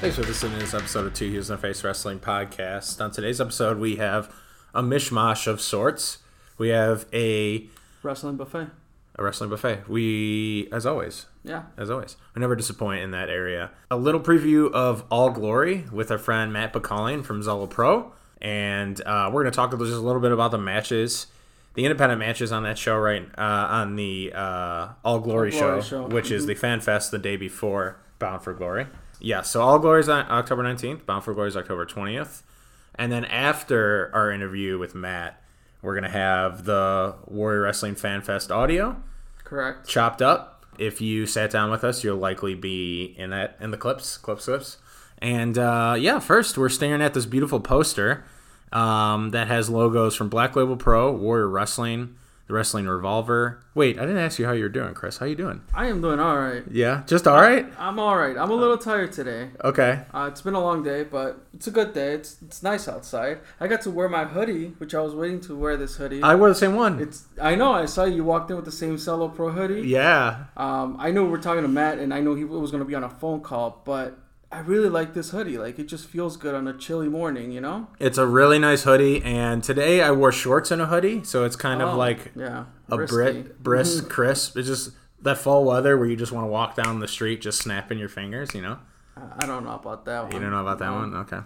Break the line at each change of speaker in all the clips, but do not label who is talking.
Thanks for listening to this episode of Two Heels and a Face Wrestling Podcast. On today's episode, we have a mishmash of sorts. We have a,
Wrestling buffet.
a wrestling buffet. We, as always,
Yeah.
as always, we never disappoint in that area. A little preview of All Glory with our friend Matt Bacallian from Zola Pro. And uh, we're going to talk just a little bit about the matches, the independent matches on that show, right? Uh, on the uh, All Glory,
All
show,
Glory show.
which is the Fan Fest the day before Bound for Glory. Yeah, so All Glory is on October 19th, Bound for Glory is October 20th. And then after our interview with Matt, we're going to have the Warrior Wrestling Fan Fest audio
Correct.
chopped up. If you sat down with us, you'll likely be in that in the clips, clips, clips. And uh, yeah, first we're staring at this beautiful poster um, that has logos from Black Label Pro, Warrior Wrestling, the Wrestling Revolver. Wait, I didn't ask you how you're doing, Chris. How you doing?
I am doing all right.
Yeah, just all right.
I'm all right. I'm a little tired today.
Okay.
Uh, it's been a long day, but it's a good day. It's it's nice outside. I got to wear my hoodie, which I was waiting to wear this hoodie.
I wore the same one.
it's I know I saw you walked in with the same Cello Pro hoodie.
Yeah.
Um, I know we're talking to Matt, and I know he was going to be on a phone call, but I really like this hoodie. Like it just feels good on a chilly morning, you know.
It's a really nice hoodie, and today I wore shorts and a hoodie, so it's kind
Oh,
of like
yeah,
a
risky.
Brit,
Mm-hmm.
brisk, crisp. It's just that fall weather where you just want to walk down the street just snapping your fingers, you know?
I I don't know about that one. Uh,
You don't know about that
Mm-hmm.
one? Okay.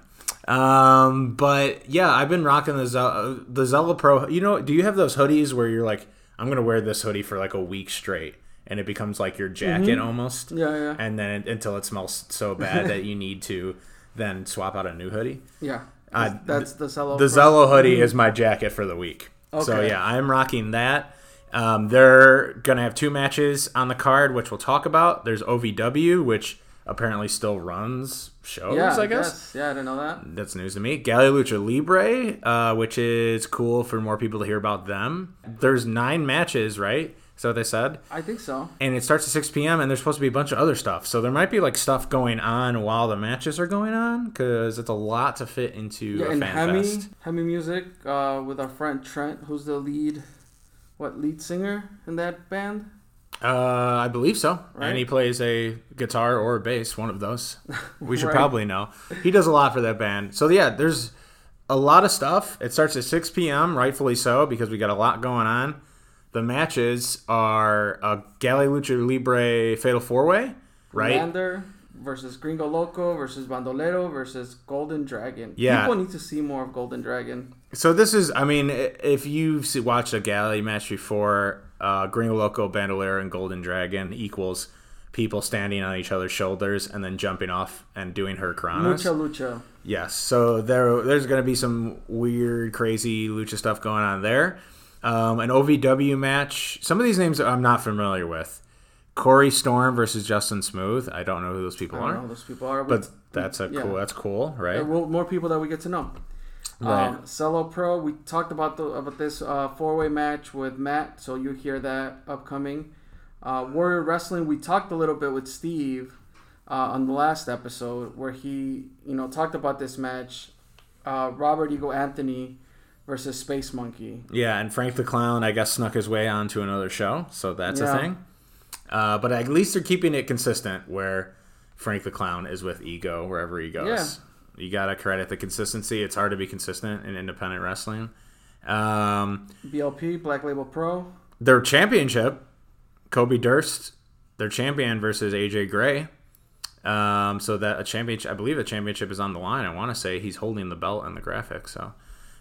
Um, but yeah, I've been rocking the Zella, the Zella Pro. You know, do you have those hoodies where you're like, I'm going to wear this hoodie for like a week straight and it becomes like your jacket almost?
Mm-hmm. Yeah, yeah,
And then until it smells so bad that you need to then swap out a new hoodie?
yeah.
Uh,
That's- that's the Cello.
The Zello hoodie is my jacket for the week. So
Okay.
yeah, I'm rocking that. Um, they're gonna have two matches on the card, which we'll talk about. There's OVW, which apparently still runs shows.
yeah,
I guess
Yeah, I didn't know that.
that's news to me. Gally Lucha Libre, uh, which is cool for more people to hear about them. There's nine matches, right? So they said,
I think so.
and it starts at 6 p.m. and there's supposed to be a bunch of other stuff. So there might be like stuff going on while the matches are going on because it's a lot to fit into
Yeah,
a
and
fan
Hemi,
fest.
Hemi Music uh, with our friend Trent, who's the lead, what lead singer in that band?
Uh, I believe so.
Right?
And he plays a guitar or a bass, one of those. We should
Right.
probably know. He does a lot for that band. So yeah, there's a lot of stuff. It starts at 6 p.m. Rightfully so, because we got a lot going on. The matches are uh, Gally Lucha Libre Fatal Four Way, right?
Lander versus Gringo Loco versus Bandolero versus Golden Dragon.
Yeah.
people need to see more of Golden Dragon.
So this is, I mean, i- if you've se- watched a galley match before, uh, Gringo Loco, Bandolero, and Golden Dragon equals people standing on each other's shoulders and then jumping off and doing hurricanes.
Lucha Lucha.
Yes. So there, there's going to be some weird, crazy lucha stuff going on there. Um, an OVW match. Some of these names I'm not familiar with. Corey Storm versus Justin Smooth. I don't know who those people
I don't know
are,
who those people are,
but that's a
Yeah.
cool. That's cool, right?
Uh, well, more people that we get to know. Um,
Right.
Cello Pro, we talked about the about this uh, four way match with Matt, so you hear that upcoming. Uh, Warrior Wrestling, we talked a little bit with Steve uh, on the last episode where he you know talked about this match, uh, Robert Eagle Anthony versus Space Monkey.
Yeah, and Frank the Clown, I guess, snuck his way onto another show, so that's
Yeah.
a thing. Uh, but at least they're keeping it consistent where Frank the Clown is with Ego wherever he goes. You got to credit the consistency. It's hard to be consistent in independent wrestling. Um,
BLP Black Label Pro.
their championship, Kobe Durst, their champion versus AJ Gray. Um, so that a championship, I believe the championship is on the line. I want to say he's holding the belt and the graphic. So,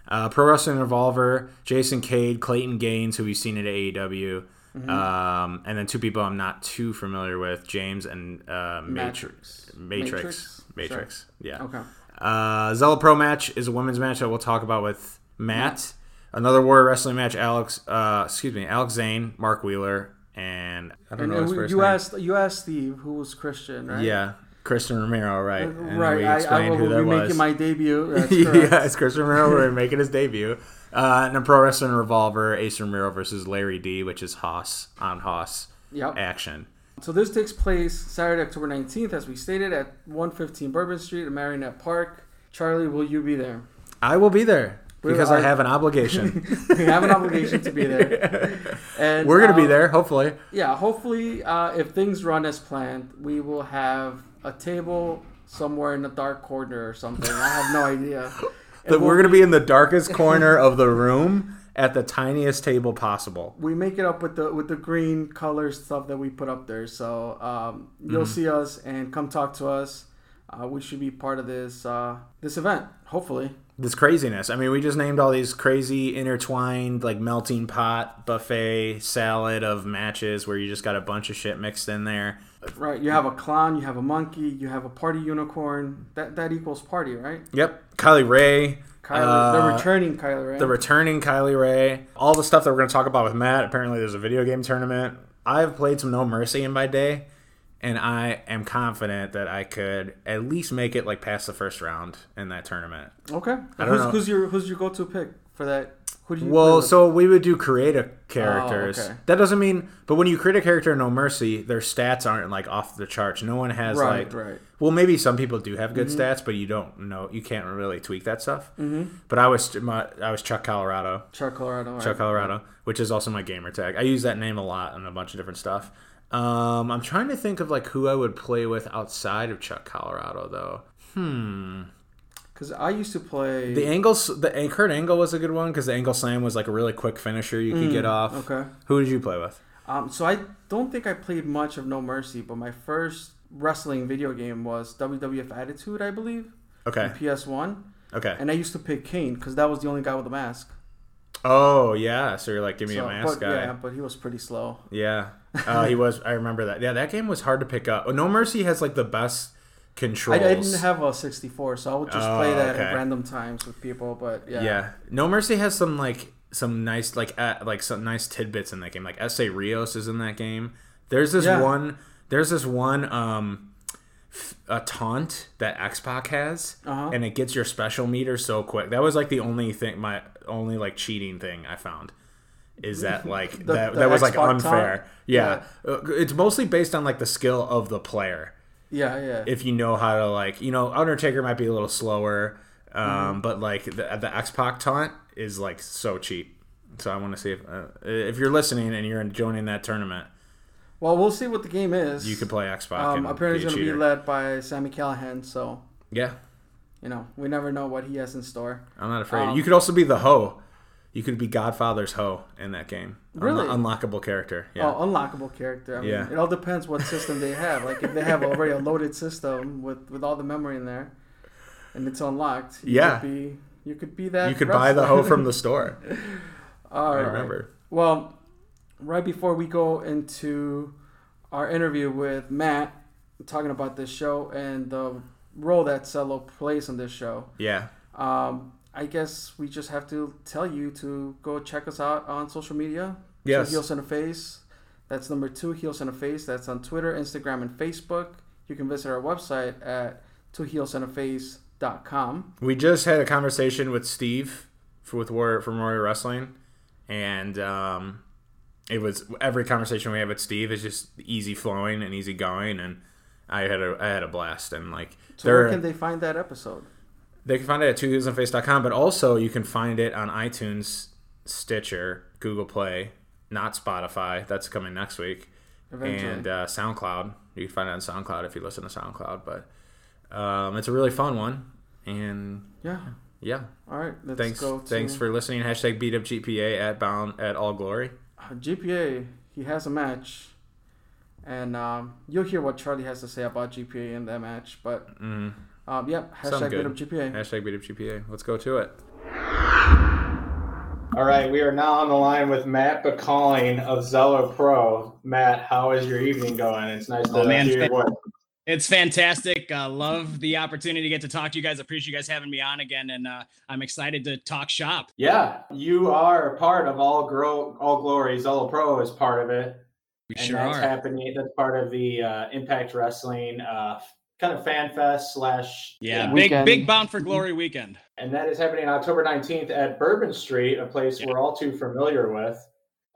uh, Pro Wrestling Revolver, Jason Cade, Clayton Gaines, who we've seen at AEW, um, and then two people I'm not too familiar with, James and uh, Matrix.
Matrix.
Matrix.
Matrix?
Matrix. Yeah.
Okay.
Uh, Zella Pro match is a women's match that we'll talk about with Matt. Another Warrior Wrestling match, Alex, uh, excuse me, Alex Zane, Mark Wheeler, and I don't
And,
know
and
his
we-
first
you
name.
asked you asked Steve who was Christian, right?
yeah, Christian Romero, right? And then
right.
we
I, I
explained
will
who that
be
was.
making my debut. That's correct.
yeah, it's Christian Romero we're making his debut. Uh, and a Pro Wrestling Revolver, Ace Romero versus Larry D, which is Haas on Haas
Yep.
action.
So this takes place Saturday, October 19th, as we stated, at 115 Bourbon Street in Marionette Park. Charlie, will you be there?
I will be there
We're-
because
I-
I have an obligation.
We have an obligation to be there. And
We're going to
uh,
be there, hopefully.
Yeah, hopefully, uh, if things run as planned, we will have a table somewhere in the dark corner or something. I have no idea.
The,
And we'll-
we're going to be in the darkest corner of the room at the tiniest table possible.
we make it up with the with the green color stuff that we put up there. So um, you'll
Mm-hmm.
see us and come talk to us. Uh, we should be part of this uh, this event, hopefully.
This craziness. I mean, we just named all these crazy intertwined, like melting pot buffet salad of matches where you just got a bunch of shit mixed in there.
Right? You have a clown, you have a monkey, you have a party unicorn. That that equals party, right?
Yep. Kylie Ray.
Kyler,
Uh,
the returning Kyler, right?
the returning Kylie Ray, all the stuff that we're going to talk about with Matt. Apparently, there's a video game tournament. I've played some No Mercy in my day, and I am confident that I could at least make it like past the first round in that tournament.
okay.
don't
who's,
know.
who's your who's your go to pick for that? Who do you? play
Well,
with?
so we would do creative characters.
Oh, okay.
That doesn't mean, but when you create a character in No Mercy, their stats aren't like off the charts. No one has
Right, Mm-hmm.
like,
right.
well, maybe some people do have good stats, but you don't know, you can't really tweak that stuff. Mm-hmm. But I was my, I was Chuck Colorado.
Chuck Colorado. all
Chuck
right.
Colorado, which is also my gamer tag. I use that name a lot on a bunch of different stuff. Um, I'm trying to think of like who I would play with outside of Chuck Colorado though.
Because I used to play.
The angles, the and Kurt Angle was a good one because the angle slam was like a really quick finisher you could get off.
Mm, okay.
Who did you play with?
Um, so I don't think I played much of No Mercy, but my first wrestling video game was WWF Attitude, I believe,
Okay,
on PS1,
okay.
and I used to pick Kane because that was the only guy with a mask.
Oh yeah, so you're like give me
So-
a mask
but,
guy.
Yeah, but he was pretty slow.
Yeah. Uh, he was. I remember that. Yeah, that game was hard to pick up. Oh, no Mercy has like the best
I, I
controls.
didn't have a 64, so I would just
Oh,
play that
okay.
at random times with people. But yeah,
Yeah. No Mercy has some like some nice like uh, like some nice tidbits in that game. Like S.A. Rios is in that game. There's this
Yeah.
one. There's this one um f- a taunt that X Pac has,
Uh-huh.
and it gets your special meter so quick. That was like the only thing my only like cheating thing I found. Is that like
The-
that?
the
that was like
X-Pac taunt?
unfair. Yeah. Uh, it's mostly based on like the skill of the player
yeah, yeah.
if you know how to like you know Undertaker might be a little slower, um,
Mm-hmm.
but like the the X Pac taunt is like so cheap. So I want to see if uh, if you're listening and you're joining that tournament,
well, we'll see what the game is.
you could play X Pac.
Um,
and
apparently,
be
it's
a
going to be
cheater.
led by Sammy Callahan, so
yeah,
you know we never know what he has in store.
I'm not afraid.
Um,
you could also be the hoe. You could be Godfather's hoe in that game. Unlo-
Really?
unlockable character. Yeah.
Oh, unlockable character. I mean,
Yeah.
it all depends what system they have. Like if they have already a loaded system with with all the memory in there, and it's unlocked. You
Yeah.
Could be, you could be that.
you could buy the hoe
whole.
from the store.
Oh, all
I
right.
remember.
Well, right before we go into our interview with Matt, talking about this show and the role that Cello plays on this show.
Yeah.
Um, I guess we just have to tell you to go check us out on social media.
Yes.
So Heels in a Face. That's number two, Heels in a Face. That's on Twitter, Instagram, and Facebook. You can visit our website at twoheelsandaface.com.
We just had a conversation with Steve for, with Warrior, from Warrior Wrestling, and um, it was every conversation we have with Steve is just easy flowing and easy going, and I had a I had a blast, and like
So
there-
where can they find that episode?
they can find it at twoheelsandface.com, but also you can find it on iTunes, Stitcher, Google Play, not Spotify. That's coming next week.
Eventually.
And uh, SoundCloud. You can find it on SoundCloud if you listen to SoundCloud. But um, it's a really fun one. And
Yeah.
yeah,
All right. Let's
thanks
go to
thanks for listening hashtag beat up gpa at bound at all glory
Uh, GPA. He has a match. And um, you'll hear what Charlie has to say about GPA in that match. But
Mhm.
Mm-hmm.
um, yep,
Sound
hashtag
good.
good up GPA.
hashtag beat up gpa let's go to it all right we are now on the line with matt bacalling of zello pro matt how is your evening going it's nice to
Oh, man,
hear your
thank-
voice
It's fantastic. Uh, love the opportunity to get to talk to you guys. Appreciate you guys having me on again, and uh, I'm excited to talk shop.
yeah you are a part of all grow all glory zello pro is part of it
We
and
sure
that's
are.
happening that's part of the uh, impact wrestling uh, kind of fan fest slash
Yeah.
yeah, big
Weekend.
big bound for glory weekend.
and that is happening October 19th at Bourbon Street, a place we're all too familiar with.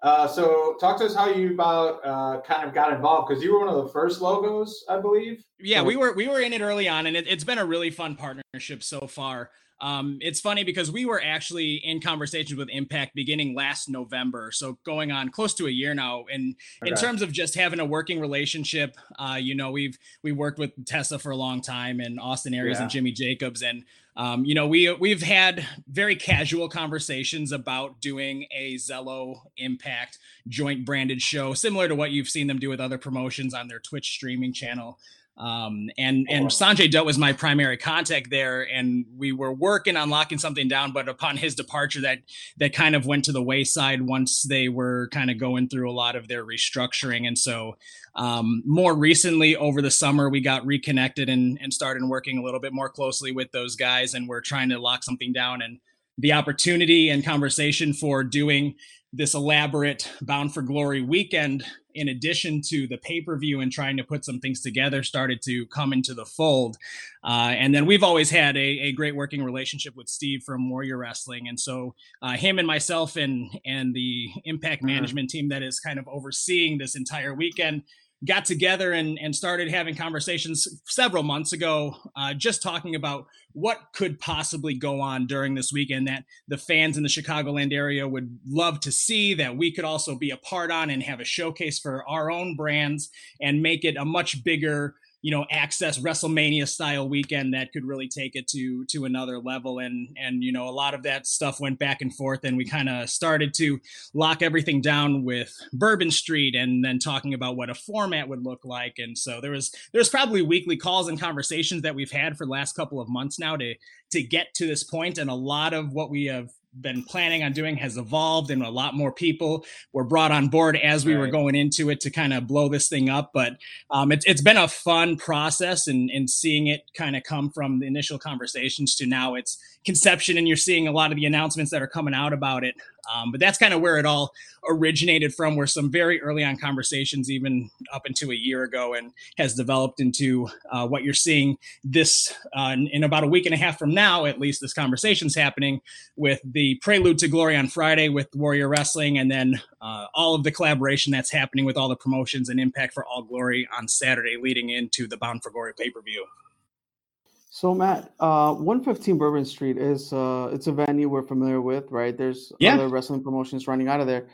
Uh, so, talk to us how you about uh, kind of got involved because you were one of the first logos, I believe.
Yeah, we were we were in it early on, and it, it's been a really fun partnership so far. Um, it's funny because we were actually in conversations with Impact beginning last November, so going on close to a year now. And in
Okay.
terms of just having a working relationship, uh, you know, we've we worked with Tessa for a long time, and Austin Aries and
Yeah.
Jimmy Jacobs, and um, you know, we we've had very casual conversations about doing a Zello Impact joint branded show, similar to what you've seen them do with other promotions on their Twitch streaming channel. Um, and and Sanjay Dutt was my primary contact there, and we were working on locking something down. But upon his departure, that that kind of went to the wayside once they were kind of going through a lot of their restructuring. And so, um, more recently over the summer, we got reconnected and and started working a little bit more closely with those guys, and we're trying to lock something down. And the opportunity and conversation for doing this elaborate Bound for Glory weekend in addition to the pay per view and trying to put some things together, started to come into the fold. Uh, and then we've always had a, a great working relationship with Steve from Warrior Wrestling, and so uh, him and myself and and the Impact
Mhm.
Management team that is kind of overseeing this entire weekend got together and, and started having conversations several months ago uh, just talking about what could possibly go on during this weekend that the fans in the Chicagoland area would love to see that we could also be a part on and have a showcase for our own brands and make it a much bigger, you know, access WrestleMania style weekend that could really take it to to another level and and you know, a lot of that stuff went back and forth and we kind of started to lock everything down with Bourbon Street and then talking about what a format would look like and so there was there's probably weekly calls and conversations that we've had for the last couple of months now to to get to this point and a lot of what we have been planning on doing has evolved and a lot more people were brought on board as we were
Right.
going into it to kind of blow this thing up but um, it's, it's been a fun process and, and seeing it kind of come from the initial conversations to now it's conception and you're seeing a lot of the announcements that are coming out about it um, but that's kind of where it all originated from were some very early on conversations even up into a year ago and has developed into uh, what you're seeing this uh, in, in about a week and a half from now at least this conversation's happening with the prelude to glory on friday with warrior wrestling and then uh, all of the collaboration that's happening with all the promotions and impact for all glory on saturday leading into the bound for glory pay-per-view
So Matt, uh, 115 Bourbon Street is uh, it's a venue we're familiar with, right? There's
Yeah.
other wrestling promotions running out of there,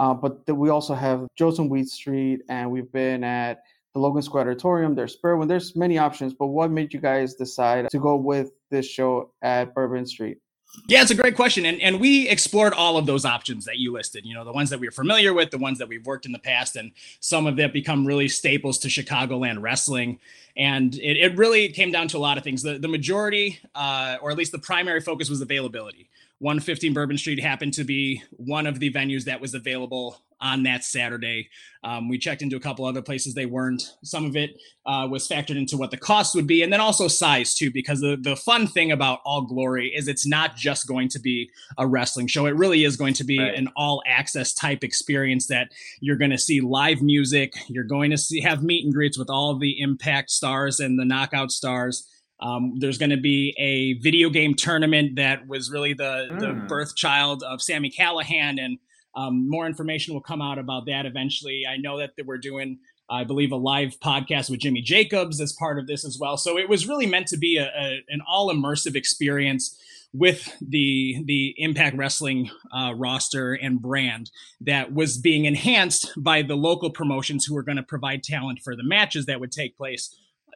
uh, but th- we also have Joseph Wheat Street, and we've been at the Logan Square Auditorium. There's Spurwin. There's many options, but what made you guys decide to go with this show at Bourbon Street?
Yeah, it's a great question. And and we explored all of those options that you listed, you know, the ones that we are familiar with, the ones that we've worked in the past, and some of that become really staples to Chicagoland wrestling. And it, it really came down to a lot of things. The the majority, uh, or at least the primary focus was availability. 115 Bourbon Street happened to be one of the venues that was available on that Saturday. Um, we checked into a couple other places they weren't. Some of it uh, was factored into what the cost would be, and then also size too, because the, the fun thing about All Glory is it's not just going to be a wrestling show. It really is going to be
Right.
an all access type experience that you're going to see live music. You're going to see have meet and greets with all the Impact stars and the Knockout stars. Um, there's going to be a video game tournament that was really the, the
Mm.
birth child of Sammy Callahan, and um, more information will come out about that eventually. I know that we're doing I believe a live podcast with Jimmy Jacobs as part of this as well. So it was really meant to be a, a- an all immersive experience with the the Impact Wrestling uh, roster and brand that was being enhanced by the local promotions who were going to provide talent for the matches that would take place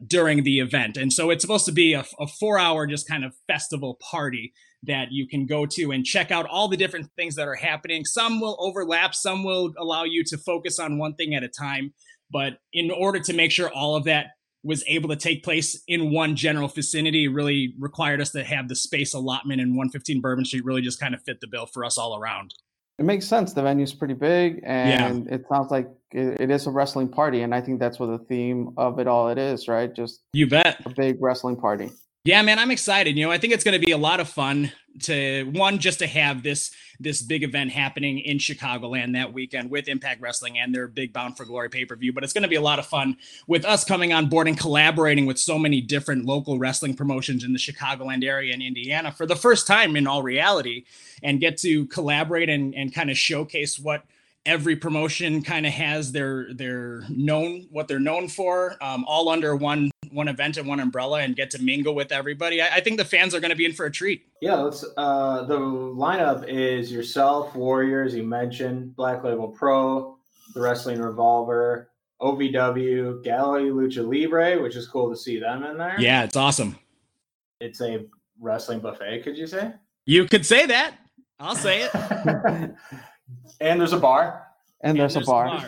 during the event. And so it's supposed to be a, a four hour just kind of festival party that you can go to and check out all the different things that are happening. Some will overlap, some will allow you to focus on one thing at a time. But in order to make sure all of that was able to take place in one general vicinity, really required us to have the space allotment in 115 Bourbon Street really just kind of fit the bill for us all around.
It makes sense. The venue's pretty big, and it sounds like it, it is a wrestling party, and I think that's what the theme of it all it is, right? Just
You bet.
a big wrestling party.
Yeah, man, I'm excited. You know, I think it's going to be a lot of fun to one just to have this this big event happening in Chicagoland that weekend with Impact Wrestling and their big Bound for Glory pay-per-view, but it's going to be a lot of fun with us coming on board and collaborating with so many different local wrestling promotions in the Chicagoland area and Indiana for the first time in all reality and get to collaborate and and kind of showcase what every promotion kind of has their their known what they're known for um, all under one one event and one umbrella and get to mingle with everybody. I, I think the fans are going to be in for a treat.
Yeah, let's. Uh, the lineup is yourself, Warriors. You mentioned Black Label Pro, the Wrestling Revolver, OVW, Gallery Lucha Libre, which is cool to see them in there.
Yeah, it's awesome.
It's a wrestling buffet. Could you say?
You could say that. I'll say it.
and there's a bar.
And, there's, a bar.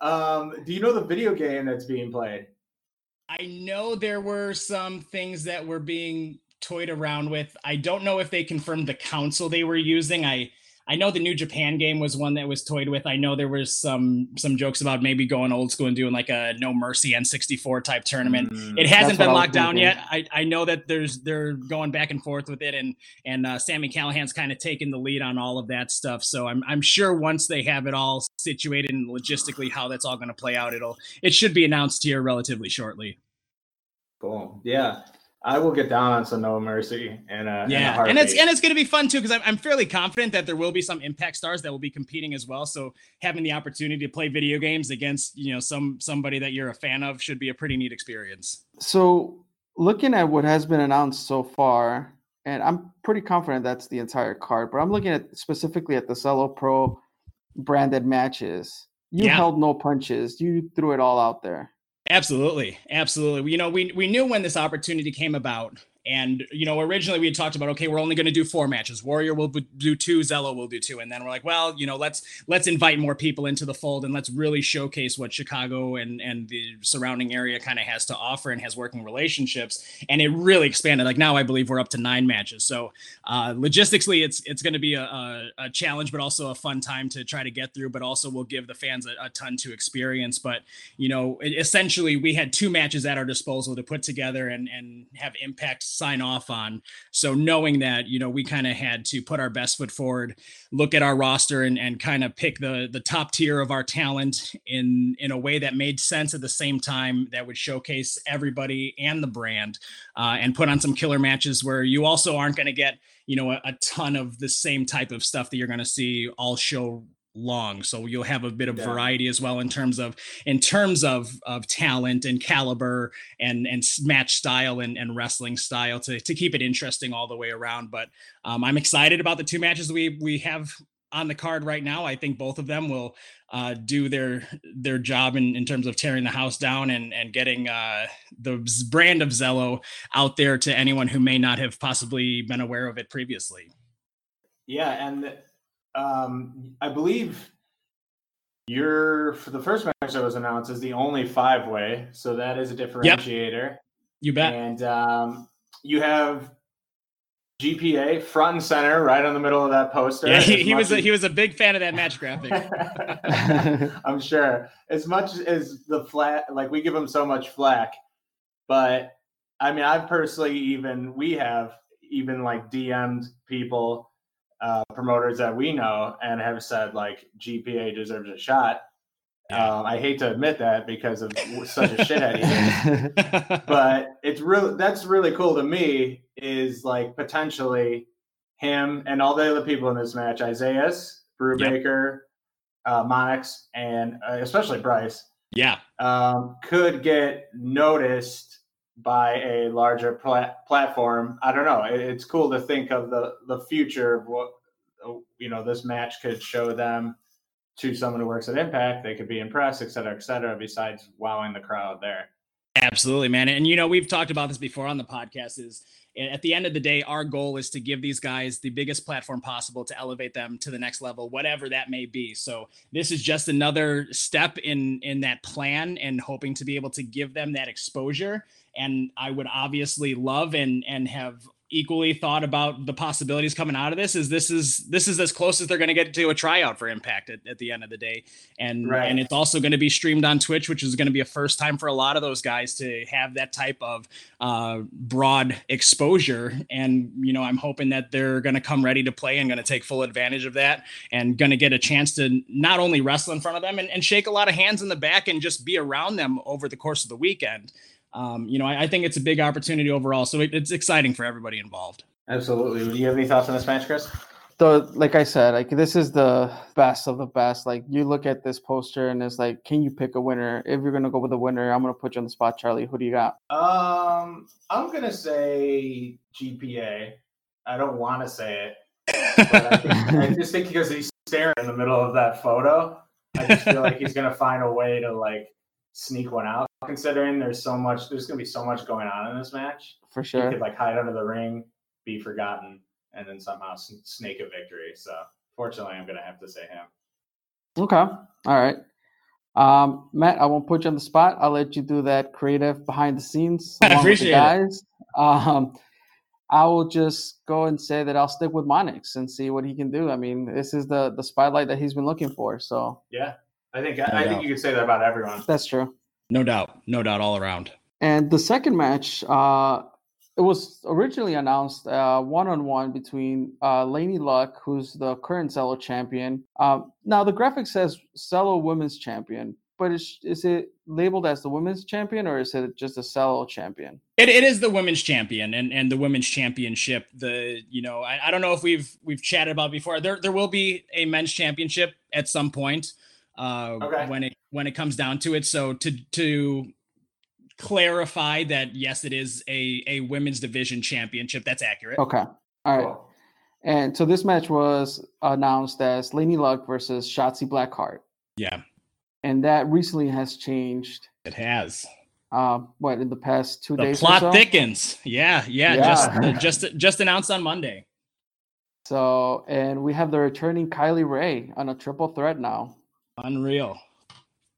um, do you know the video game that's being played?
I know there were some things that were being toyed around with. I don't know if they confirmed the console they were using. I I know the New Japan game was one that was toyed with. I know there was some some jokes about maybe going old school and doing like a No Mercy N64 type tournament.
Mm,
It
That's what
hasn't been
I was
locked down
thinking.
yet. I, I know that there's they're going back and forth with it, and and uh, Sammy Callahan's kind of taking the lead on all of that stuff. So I'm I'm sure once they have it all situated and logistically how that's all going to play out, it'll it should be announced here relatively shortly.
Boom. Yeah. I will get down on some No Mercy and uh
Yeah, and it's and it's going to be fun too because I'm, I'm fairly confident that there will be some impact stars that will be competing as well. So having the opportunity to play video games against you know some somebody that you're a fan of should be a pretty neat experience.
So looking at what has been announced so far, and I'm pretty confident that's the entire card, but I'm looking at specifically at the Cello Pro branded matches. You
Yeah.
held no punches. You threw it all out there.
Absolutely, absolutely. You know, we we knew when this opportunity came about, and you know, originally we had talked about okay, we're only going to do four matches. Warrior will b- do two, Zello will do two, and then we're like, well, you know, let's let's invite more people into the fold and let's really showcase what Chicago and and the surrounding area kind of has to offer and has working relationships. And it really expanded. Like now, I believe we're up to nine matches. So uh, logistically, it's it's going to be a, a, a challenge, but also a fun time to try to get through. But also, will give the fans a, a ton to experience. But you know, e- essentially, we had two matches at our disposal to put together and and have Impact sign off on. So knowing that, you know, we kind of had to put our best foot forward, look at our roster, and and kind of pick the the top tier of our talent in in a way that made sense at the same time that would showcase everybody and the brand, uh, and put on some killer matches where you also aren't going to get you know a, a ton of the same type of stuff that you're going to see all show long so you'll have a bit of
Yeah.
variety as well in terms of in terms of of talent and caliber and and s- match style and, and wrestling style to, to keep it interesting all the way around but um, i'm excited about the two matches we we have on the card right now i think both of them will uh, do their their job in, in terms of tearing the house down and and getting uh, the z- brand of zello out there to anyone who may not have possibly been aware of it previously
yeah, and um I believe your for the first match that was announced is the only five way, so that is a differentiator.
you bet
And um you have GPA front and center, right on the middle of that poster.
yeah, he,
As
he
much
was a,
as-
he was a big fan of that match graphic
I'm sure. As much as the flat, like we give him so much flack, but I mean, I've personally even we have even like DM'd people, uh, promoters that we know, and have said like GPA deserves a shot. Um, I hate to admit that because of such a shithead he is but it's really that's really cool to me is like potentially him and all the other people in this match Isaias, Brubaker, uh, Monix, and uh, especially Bryce
yeah
um, could get noticed by a larger pla- platform. I don't know. It, it's cool to think of the the future of what uh, you know this match could show them to someone who works at Impact. They could be impressed, et cetera, et cetera. Besides wowing the crowd there.
Absolutely, man. And you know, we've talked about this before on the podcast is at the end of the day, our goal is to give these guys the biggest platform possible to elevate them to the next level, whatever that may be. So this is just another step in in that plan and hoping to be able to give them that exposure. And I would obviously love and and have equally thought about the possibilities coming out of this is this is this is as close as they're going to get to a tryout for impact at, at the end of the day and
Right.
and it's also going to be streamed on Twitch, which is going to be a first time for a lot of those guys to have that type of uh, broad exposure. And you know, I'm hoping that they're going to come ready to play and going to take full advantage of that, and going to get a chance to not only wrestle in front of them and, and shake a lot of hands in the back and just be around them over the course of the weekend. Um, you know, I, I think it's a big opportunity overall. So it, it's exciting for everybody involved.
Absolutely. Do you have any thoughts on this match, Chris?
the like I said, like this is the best of the best. Like you look at this poster and it's like, can you pick a winner? If you're gonna go with a winner, I'm gonna put you on the spot, Charlie. Who do you got?
Um, I'm gonna say GPA. I don't want to say it. but I,
I
think, I just think because he's staring in the middle of that photo, I just feel like he's gonna find a way to like sneak one out. Considering there's so much, there's gonna be so much going on in this match.
For
He
sure.
could like hide under the ring, be forgotten, and then somehow sn- snake a victory. So fortunately, I'm gonna have to say him.
Okay. All right. Um, Matt, I won't put you on the spot. I'll let you do that creative behind the scenes.
I
along with the
appreciate it.
guys. Um, I will just go and say that I'll stick with Monix and see what he can do. I mean, this is the the spotlight that he's been looking for. So
Yeah, I think
No
I, I
doubt.
think you could say that about everyone.
that's true.
No doubt. No doubt all around.
And the second match, uh, it was originally announced one on one between uh, Laney Luck, who's the current Zello champion. Um, now, the graphic says Zello Women's Champion, but is, is it labeled as the Women's Champion or is it just a Zello Champion?
It, it is the women's champion and, and the women's championship. The you know I, I don't know if we've we've chatted about it before. There there will be a men's championship at some point uh,
Okay.
when it when it comes down to it. So to to clarify that yes, it is a a women's division championship. That's accurate.
Okay. All right.
Cool.
And so this match was announced as Laney Luck versus Shotzi Blackheart.
Yeah,
And that recently has changed,
it has.
uh, what, in the past two
The
days? or
plot
so?
thickens. Yeah, yeah,
Yeah.
Just just just announced on Monday.
So, and we have the returning Kylie Ray on a triple threat now.
unreal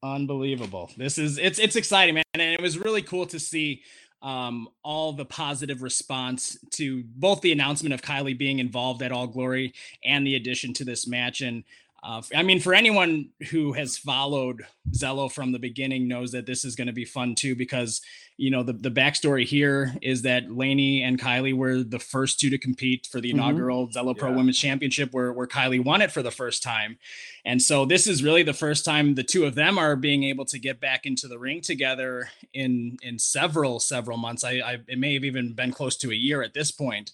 unbelievable this is it's it's exciting man and it was really cool to see um all the positive response to both the announcement of kylie being involved at all glory and the addition to this match and uh, f- i mean for anyone who has followed zello from the beginning knows that this is going to be fun too because you know the, the backstory here is that laney and kylie were the first two to compete for the
Mhm.
inaugural zello pro
Yeah.
women's championship where, where kylie won it for the first time and so this is really the first time the two of them are being able to get back into the ring together in in several several months. I, I it may have even been close to a year at this point.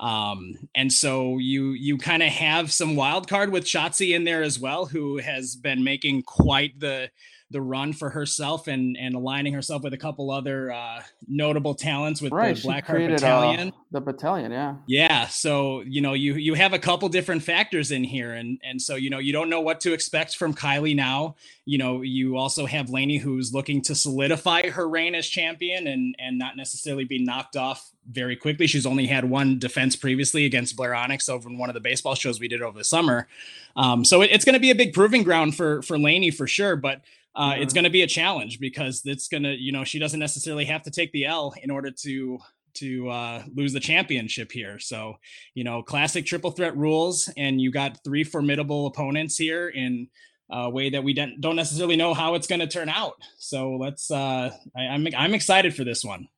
Um, and so you you kind of have some wild card with Shotzi in there as well, who has been making quite the the run for herself and and aligning herself with a couple other uh, notable talents with
Right,
the
she
Black Heart
created
Battalion.
uh, the battalion, yeah.
Yeah, so you know you you have a couple different factors in here, and and so you know you don't know what to expect from Kylie now. You know you also have Lainey who's looking to solidify her reign as champion and and not necessarily be knocked off very quickly. She's only had one defense previously against Blair Onyx over in one of the baseball shows we did over the summer, um, so it- it's going to be a big proving ground for for Lainey for sure. But uh, it's going to be a challenge because it's going to you know she doesn't necessarily have to take the L in order to to uh, lose the championship here. So, you know, classic triple threat rules, and you got three formidable opponents here in a way that we don't don't necessarily know how it's going to turn out. So let's. Uh, I, I'm I'm excited for this one.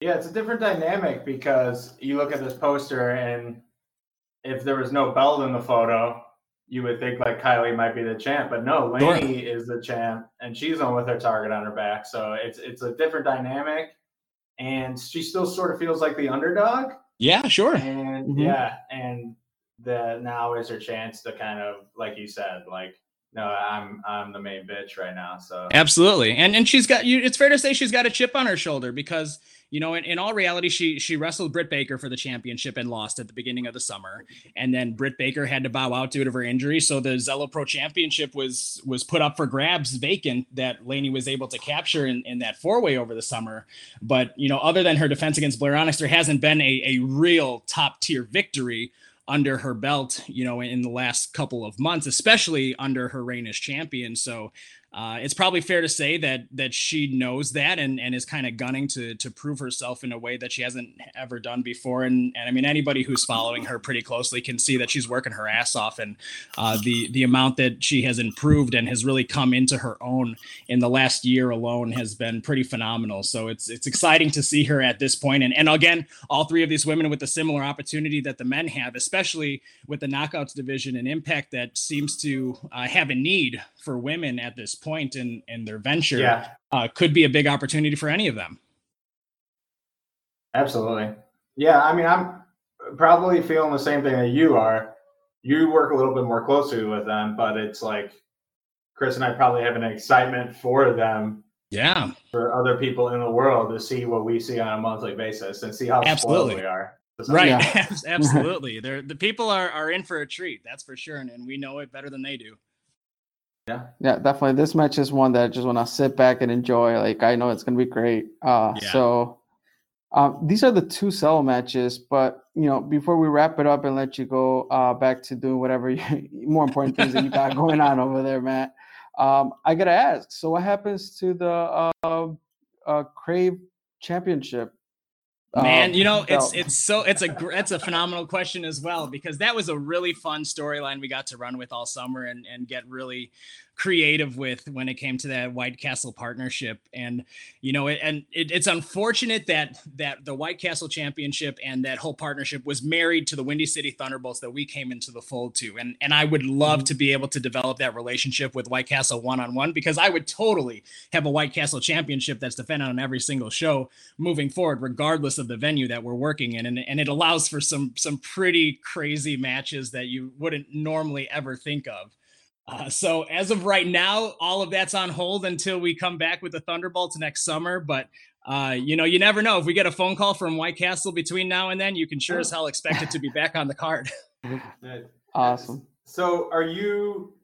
Yeah, it's a different dynamic because you look at this poster, and if there was no belt in the photo, you would think like Kylie might be the champ, but no,
Sure.
Lainey is the champ, and she's the one with her target on her back. So it's it's a different dynamic, and she still sort of feels like the underdog.
Yeah, sure.
And
Mhm.
yeah, and the now is her chance to kind of like you said, like no, I'm I'm the main bitch right now. So
Absolutely. And and she's got you it's fair to say she's got a chip on her shoulder because you know in, in all reality she she wrestled Britt Baker for the championship and lost at the beginning of the summer and then Britt Baker had to bow out due to her injury so the Zello Pro Championship was was put up for grabs vacant that Laney was able to capture in, in that four-way over the summer but you know other than her defense against Blair Onyx there hasn't been a a real top-tier victory under her belt, you know, in the last couple of months, especially under her reign as champion. So, uh, it's probably fair to say that that she knows that and and is kind of gunning to to prove herself in a way that she hasn't ever done before. And and I mean anybody who's following her pretty closely can see that she's working her ass off and uh, the the amount that she has improved and has really come into her own in the last year alone has been pretty phenomenal. So it's it's exciting to see her at this point. And and again, all three of these women with a similar opportunity that the men have, especially with the knockouts division and impact that seems to uh, have a need for women at this point in in their venture,
yeah,
uh, could be a big opportunity for any of them.
Absolutely. Yeah, I mean, I'm probably feeling the same thing that you are. You work a little bit more closely with them, but it's like Chris and I probably have an excitement for them.
Yeah.
For other people in the world to see what we see on a monthly basis and see how
Absolutely.
spoiled we are.
Right.
Yeah.
Absolutely. They're, the people are, are in for a treat. That's for sure. And, and we know it better than they do.
Yeah, definitely. This match is one that I just want to sit back and enjoy. Like I know it's gonna be great. Uh,
Yeah.
So um, these are the two sell matches. But you know, before we wrap it up and let you go uh, back to doing whatever you, more important things that you got going on over there, Matt. Um, I gotta ask. So what happens to the uh, uh, Crave Championship?
Man,
um,
you know, it's
belt?
it's so it's a gr- it's a phenomenal question as well because that was a really fun storyline we got to run with all summer and and get really creative with when it came to that White Castle partnership and you know it, and it, it's unfortunate that that the White Castle championship and that whole partnership was married to the Windy City Thunderbolts that we came into the fold to and and I would love to be able to develop that relationship with White Castle one on one because I would totally have a White Castle championship that's defended on every single show moving forward, regardless of the venue that we're working in. And, and it allows for some some pretty crazy matches that you wouldn't normally ever think of. Uh, so as of right now, all of that's on hold until we come back with the Thunderbolts next summer. But uh, you know, you never know. If we get a phone call from White Castle between now and then, you can sure as hell expect it to be back on the card.
Yeah.
awesome.
So, are you?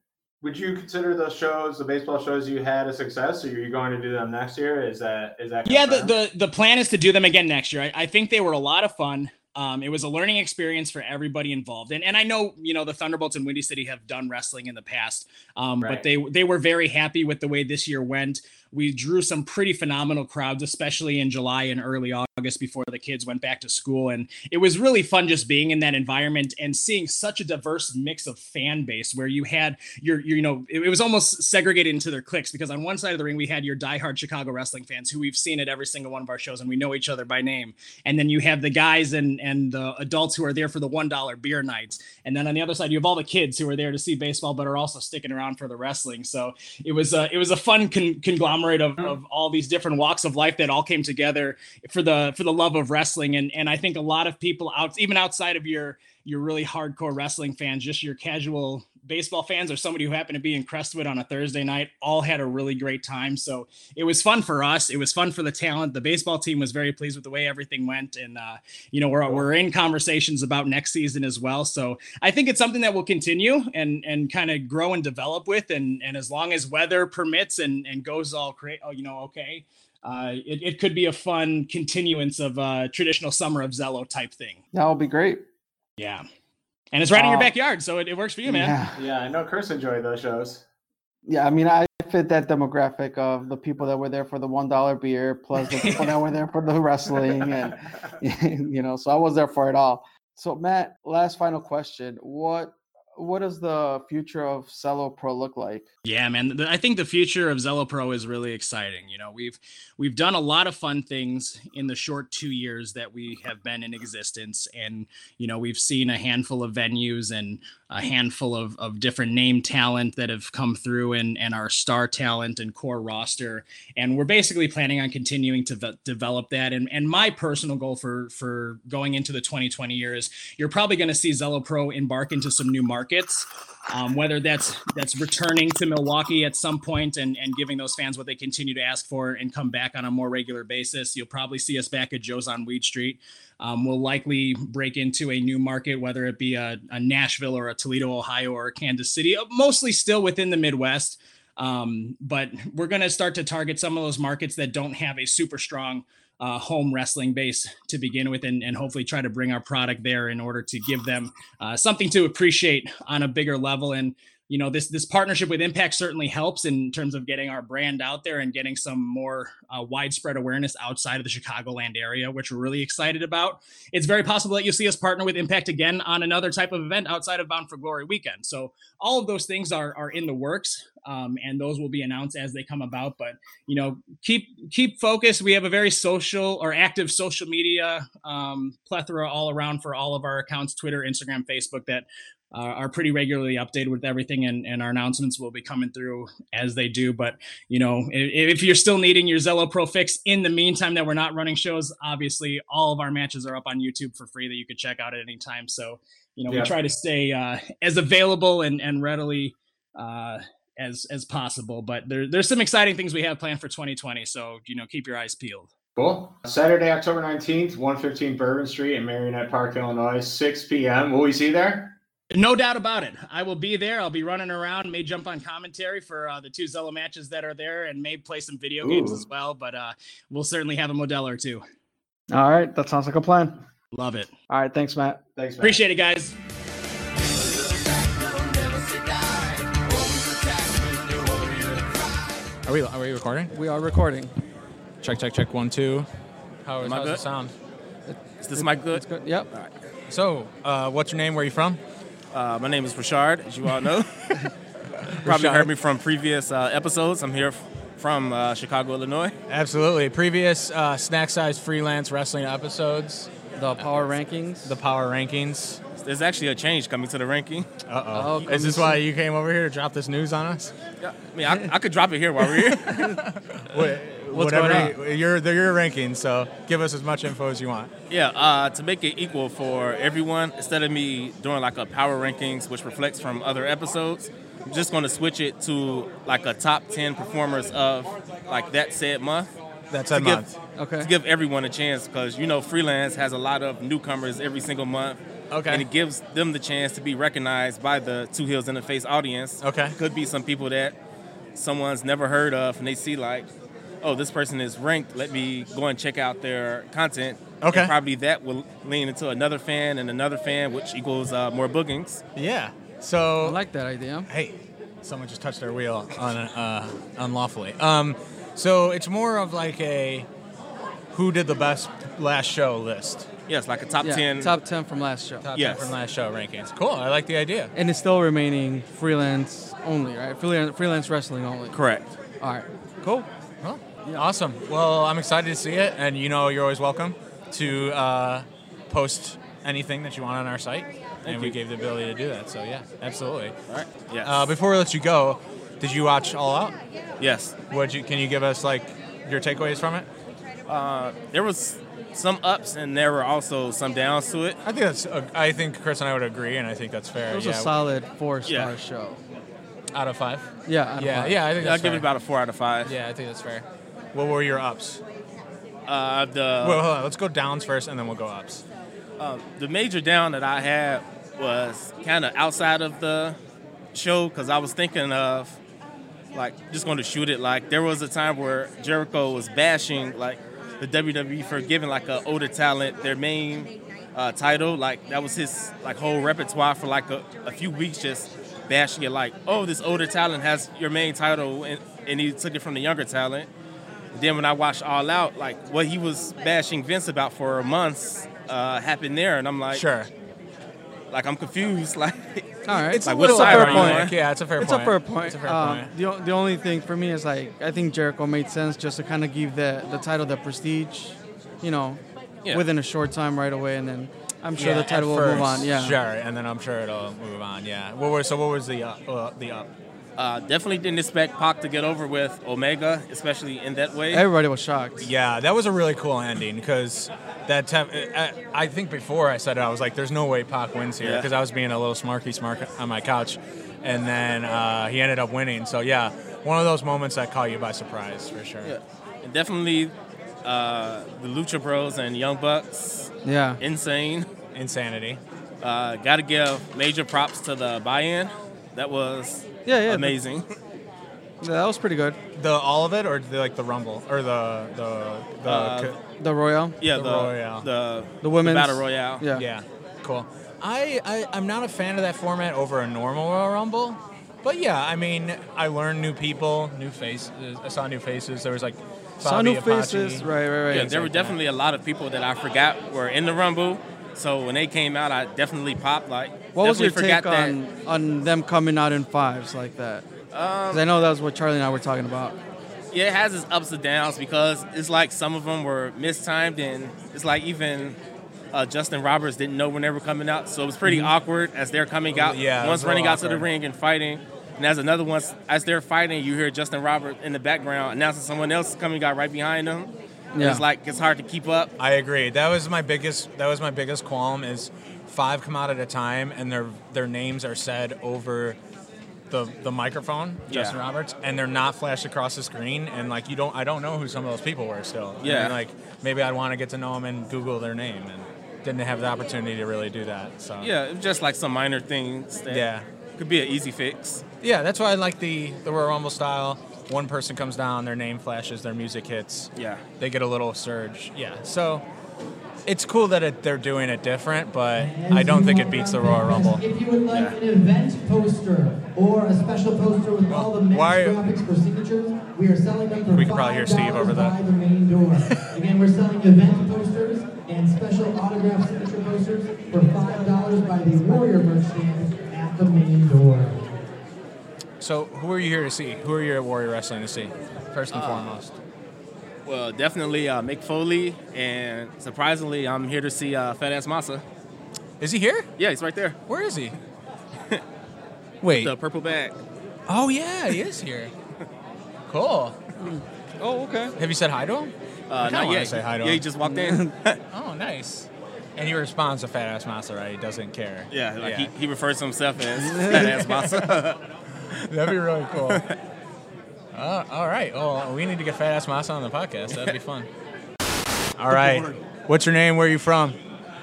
Would you consider those shows, the baseball shows you had, a success? Or are you going to do them next year? Is that is that?
Yeah, the,
confirmed?
the the plan is to do them again next year. I, I think they were a lot of fun. Um, it was a learning experience for everybody involved, and and I know you know the Thunderbolts and Windy City have done wrestling in the past, um, but
Right.
they they were very happy with the way this year went. We drew some pretty phenomenal crowds, especially in July and early August before the kids went back to school, and it was really fun just being in that environment and seeing such a diverse mix of fan base where you had your, your you know it, it was almost segregated into their cliques because on one side of the ring we had your diehard Chicago wrestling fans who we've seen at every single one of our shows and we know each other by name and then you have the guys and and the adults who are there for the one dollar beer nights and then on the other side you have all the kids who are there to see baseball but are also sticking around for the wrestling so it was a it was a fun con- conglomerate of, of all these different walks of life that all came together for the for the love of wrestling and and I think a lot of people out even outside of your your really hardcore wrestling fans just your casual baseball fans or somebody who happened to be in Crestwood on a Thursday night all had a really great time so it was fun for us it was fun for the talent the baseball team was very pleased with the way everything went and uh you know we're we're in conversations about next season as well so I think it's something that will continue and and kind of grow and develop with and and as long as weather permits and and goes all cra- oh, you know okay uh, it, it could be a fun continuance of uh, traditional summer of Zello type thing.
That will be great.
Yeah. And it's right in your
Um,
backyard, so it, it works for you, man.
Yeah.
yeah, I know Chris enjoyed those shows.
Yeah, I mean, I fit that demographic of the people that were there for the one dollar beer, plus the people that were there for the wrestling, and you know, so I was there for it all. So, Matt, last final question: what what does the future of Cello Pro look like?
Yeah, man. The- I think the future of Zello Pro is really exciting. You know, we've we've done a lot of fun things in the short two years that we have been in existence, and you know, we've seen a handful of venues and a handful of of different name talent that have come through, and and our star talent and core roster, and we're basically planning on continuing to ve- develop that. And and my personal goal for for going into the 2020 year is you're probably going to see Zello Pro embark into some new markets um, whether that's that's returning to Milwaukee at some point and and giving those fans what they continue to ask for and come back on a more regular basis. You'll probably see us back at Joe's on Weed Street. Um, we'll likely break into a new market, whether it be a, a Nashville or a Toledo, Ohio, or a Kansas City, uh, mostly still within the Midwest. Um, but we're going to start to target some of those markets that don't have a super strong uh, home wrestling base to begin with, and, and hopefully try to bring our product there in order to give them uh, something to appreciate on a bigger level. And you know, this this partnership with Impact certainly helps in terms of getting our brand out there and getting some more uh, widespread awareness outside of the Chicagoland area, which we're really excited about. It's very possible that you'll see us partner with Impact again on another type of event outside of Bound for Glory weekend. So all of those things are are in the works, um, and those will be announced as they come about. But you know, keep keep focused. We have a very social or active social media um, plethora all around for all of our accounts: Twitter, Instagram, Facebook. That uh, are pretty regularly updated with everything, and, and our announcements will be coming through as they do. But you know, if, if you're still needing your Zello Pro fix in the meantime that we're not running shows, obviously all of our matches are up on YouTube for free that you could check out at any time. So you know,
Yeah.
we try to stay uh, as available and and readily. Uh, as as possible, but there, there's some exciting things we have planned for 2020. So you know, keep your eyes peeled.
Cool. Saturday, October 19th, 115 Bourbon Street in Marionette Park, Illinois, 6 p.m. Will we see you there?
No doubt about it. I will be there. I'll be running around. May jump on commentary for uh, the two Zello matches that are there, and may play some video games
Ooh.
as well. But uh, we'll certainly have a Modelo or two.
All right, that sounds like a plan.
Love it.
All right, thanks, Matt.
Thanks, man.
Appreciate it, guys.
Are we are we recording?
We are recording.
Check check check one two. How is
I
how's
good?
the sound?
Is this mic good?
Good. Yep.
So, uh, what's your name? Where are you from?
Uh, my name is Rashard, as you all know. Probably heard me from previous uh, episodes. I'm here f- from uh, Chicago, Illinois.
Absolutely. Previous uh, snack size freelance wrestling episodes,
The power rankings.
the power rankings.
There's actually a change coming to the ranking.
Uh
Oh,
Is this why you came over here to drop this news on us?
Yeah, I mean, I, I could drop it here while we're here.
What's
going
You're they're your rankings, so give us as much info as you want.
yeah, uh, to make it equal for everyone, instead of me doing like a power rankings, which reflects from other episodes, I'm just going to switch it to like a top 10 performers of like that said month.
That's
to
a
give-
month.
Okay.
to give everyone a chance because you know freelance has a lot of newcomers every single month.
Okay.
And it gives them the chance to be recognized by the Two Heels in the Face audience.
Okay.
Could be some people that someone's never heard of and they see like, oh, this person is ranked. Let me go and check out their content.
Okay.
And probably that will lean into another fan and another fan, which equals uh, more bookings.
Yeah.
I
So
like that idea.
hey, someone just touched their wheel on, uh, unlawfully. Um, so it's more of like a who did the best last show list.
Yes, like a top
yeah,
ten.
top ten from last show,
Top
Yes.
ten from last show rankings. Cool. I like the idea.
and it's still remaining freelance only, right? Freelance, freelance wrestling only.
Correct.
All right.
Cool. Well, Awesome. Well, I'm excited to see it, and you know you're always welcome to uh, post anything that you want on our site, and we
you.
gave the ability to do that. So yeah, absolutely.
All right. Yes.
Uh, before we let you go, did you watch All Out?
yes.
Would you? Can you give us like your takeaways from it?
There was some ups and there were also some downs to it.
I think that's. Uh, I think Chris and I would agree, and I think that's fair.
It was
yeah,
a solid four star
Yeah.
show.
out of five.
Yeah. out of
Yeah,
five.
yeah, I think
I'll
that's
give
fair.
it about a four out of five.
Yeah, I think that's fair. What were your ups?
Uh, the
well, hold on. Let's go downs first, and then we'll go ups.
the major down that I had was kind of outside of the show because I was thinking of like just going to shoot it. Like there was a time where Jericho was bashing like the WWE for giving like a older talent their main uh, title. Like that was his like whole repertoire for like a, a few weeks just bashing it. Like oh this older talent has your main title and, and he took it from the younger talent. Then when I watched All Out, like what he was bashing Vince about for months uh, happened there, and I'm like,
Sure.
like I'm confused. Like,
All right.
Like,
a
what
little
side
fair
are you
point.
on?
Yeah, it's a fair
it's
point.
a fair point.
It's a fair
um,
point.
The, o- the only thing for me is like I think Jericho made sense just to kind of give the the title the prestige, you know,
Yeah.
within a short time right away, and then I'm sure
Yeah,
the
at
title will
first,
move on. Yeah.
Sure, and then I'm sure it'll move on. Yeah. What was so? What was the up, uh, the up?
uh, definitely didn't expect Pac to get over with Omega, especially in that way.
Everybody was shocked.
Yeah, that was a really cool ending because that time I, I think before I said it, I was like, "There's no way Pac wins here"
Yeah.
because I was being a little smarky smark on my couch, and then uh, he ended up winning. So yeah, one of those moments that caught you by surprise for sure.
And definitely uh, the Lucha Bros and Young Bucks,
Yeah.
insane.
Insanity.
Uh, gotta give major props to the buy-in. That was
Yeah, yeah.
amazing.
Yeah, that was pretty good.
The all of it, or the, like the rumble, or the the the.
Uh,
The Royal.
yeah,
The
the
Royale.
the,
The women's.
battle royale.
Yeah.
Yeah, cool. I, I I'm not a fan of that format over a normal Royal Rumble, but yeah, I mean, I learned new people, new faces. I saw new faces. There was like
Saw
Bobby
new faces.
Apache.
Right, right, right.
Yeah, there were definitely a lot of people that I forgot were in the Rumble. So when they came out, I definitely popped. Like,
What was
definitely
your take
forgot that. Um,
on, on them coming out in fives like that? 'Cause I know that was what Charlie and I were talking about.
Yeah, it has its ups and downs because it's like some of them were mistimed, and it's like even
uh, Justin Roberts didn't know when they were coming out, so it was pretty awkward as they're coming out.
Mm-hmm. Oh, yeah, it
one's
was real
running out to the
awkward.
ring and fighting, and as another one's as they're fighting, you hear Justin Roberts in the background announcing someone else is coming out right behind them. And
Yeah.
It's like it's hard to keep up.
I agree. That was my biggest. That was my biggest qualm is five come out at a time, and their their names are said over the the microphone,
Yeah.
Justin Roberts, and they're not flashed across the screen, and like you don't. I don't know who some of those people were still. And
Yeah.
then, like maybe I'd want to get to know them and Google their name, and didn't have the opportunity to really do that. So
Yeah, it was just like some minor things that
Yeah.
could be an easy fix.
yeah. That's why I like the the Royal Rumble style. One person comes down, their name flashes, their music hits.
Yeah.
they get a little surge. Yeah. So it's cool that it, they're doing it different, but I don't think it beats the Royal Rumble.
If you would like an event poster or a special poster with all the match
Why-
graphics for signatures, we are selling them for
We can probably hear Steve
$5
over that.
by the main door. Again, we're selling event posters and special autograph signature posters for five dollars by the Warrior merch stand at the main door.
So who are you here to see? Who are you at Warrior Wrestling to see? First and foremost.
Well, definitely uh, Mick Foley, and surprisingly, I'm here to see uh, Fat Ass Massa.
Is he here?
Yeah, he's right there.
Where is he? Wait.
The purple bag.
Oh yeah, he is here. Cool.
Oh, okay.
Have you said hi to him?
Uh,
I
not
want
yet.
to say hi to
yeah, he
him.
just walked in.
Oh, nice. And he responds to Fat Ass Massa, right? He doesn't care.
yeah, like He, he refers to himself as Fat Ass Massa.
That'd be really cool. Uh, all right. Well, we need to get Fat Ass Masa on the podcast. That'd be fun. All right. What's your name? Where are you from?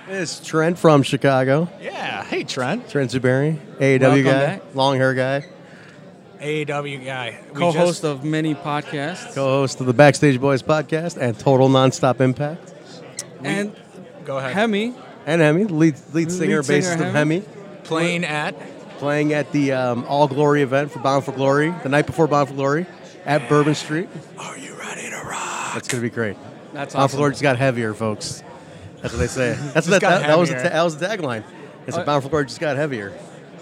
It's Trent from Chicago.
Yeah. Hey, Trent.
Trent Zuberi, AEW
Welcome
guy,
back.
long hair guy,
AEW guy. We
co-host
just-
of many podcasts.
co-host of the Backstage Boys podcast and Total Nonstop Impact,
and
Go ahead.
Hemi,
and Hemi, lead lead singer,
singer,
bassist of
Hemi.
Hemi,
Playing at.
playing at the um, All Glory event for Bound for Glory the night before Bound for Glory at Bourbon Street.
Are you ready to rock?
That's gonna be great.
that's
Bound for Glory
awesome.
just got heavier, folks. That's what they say. That's
Just
what,
got
that, that was the ta-
heavier. Uh,
that was the tagline. It's
Oh.
Bound for Glory just got heavier.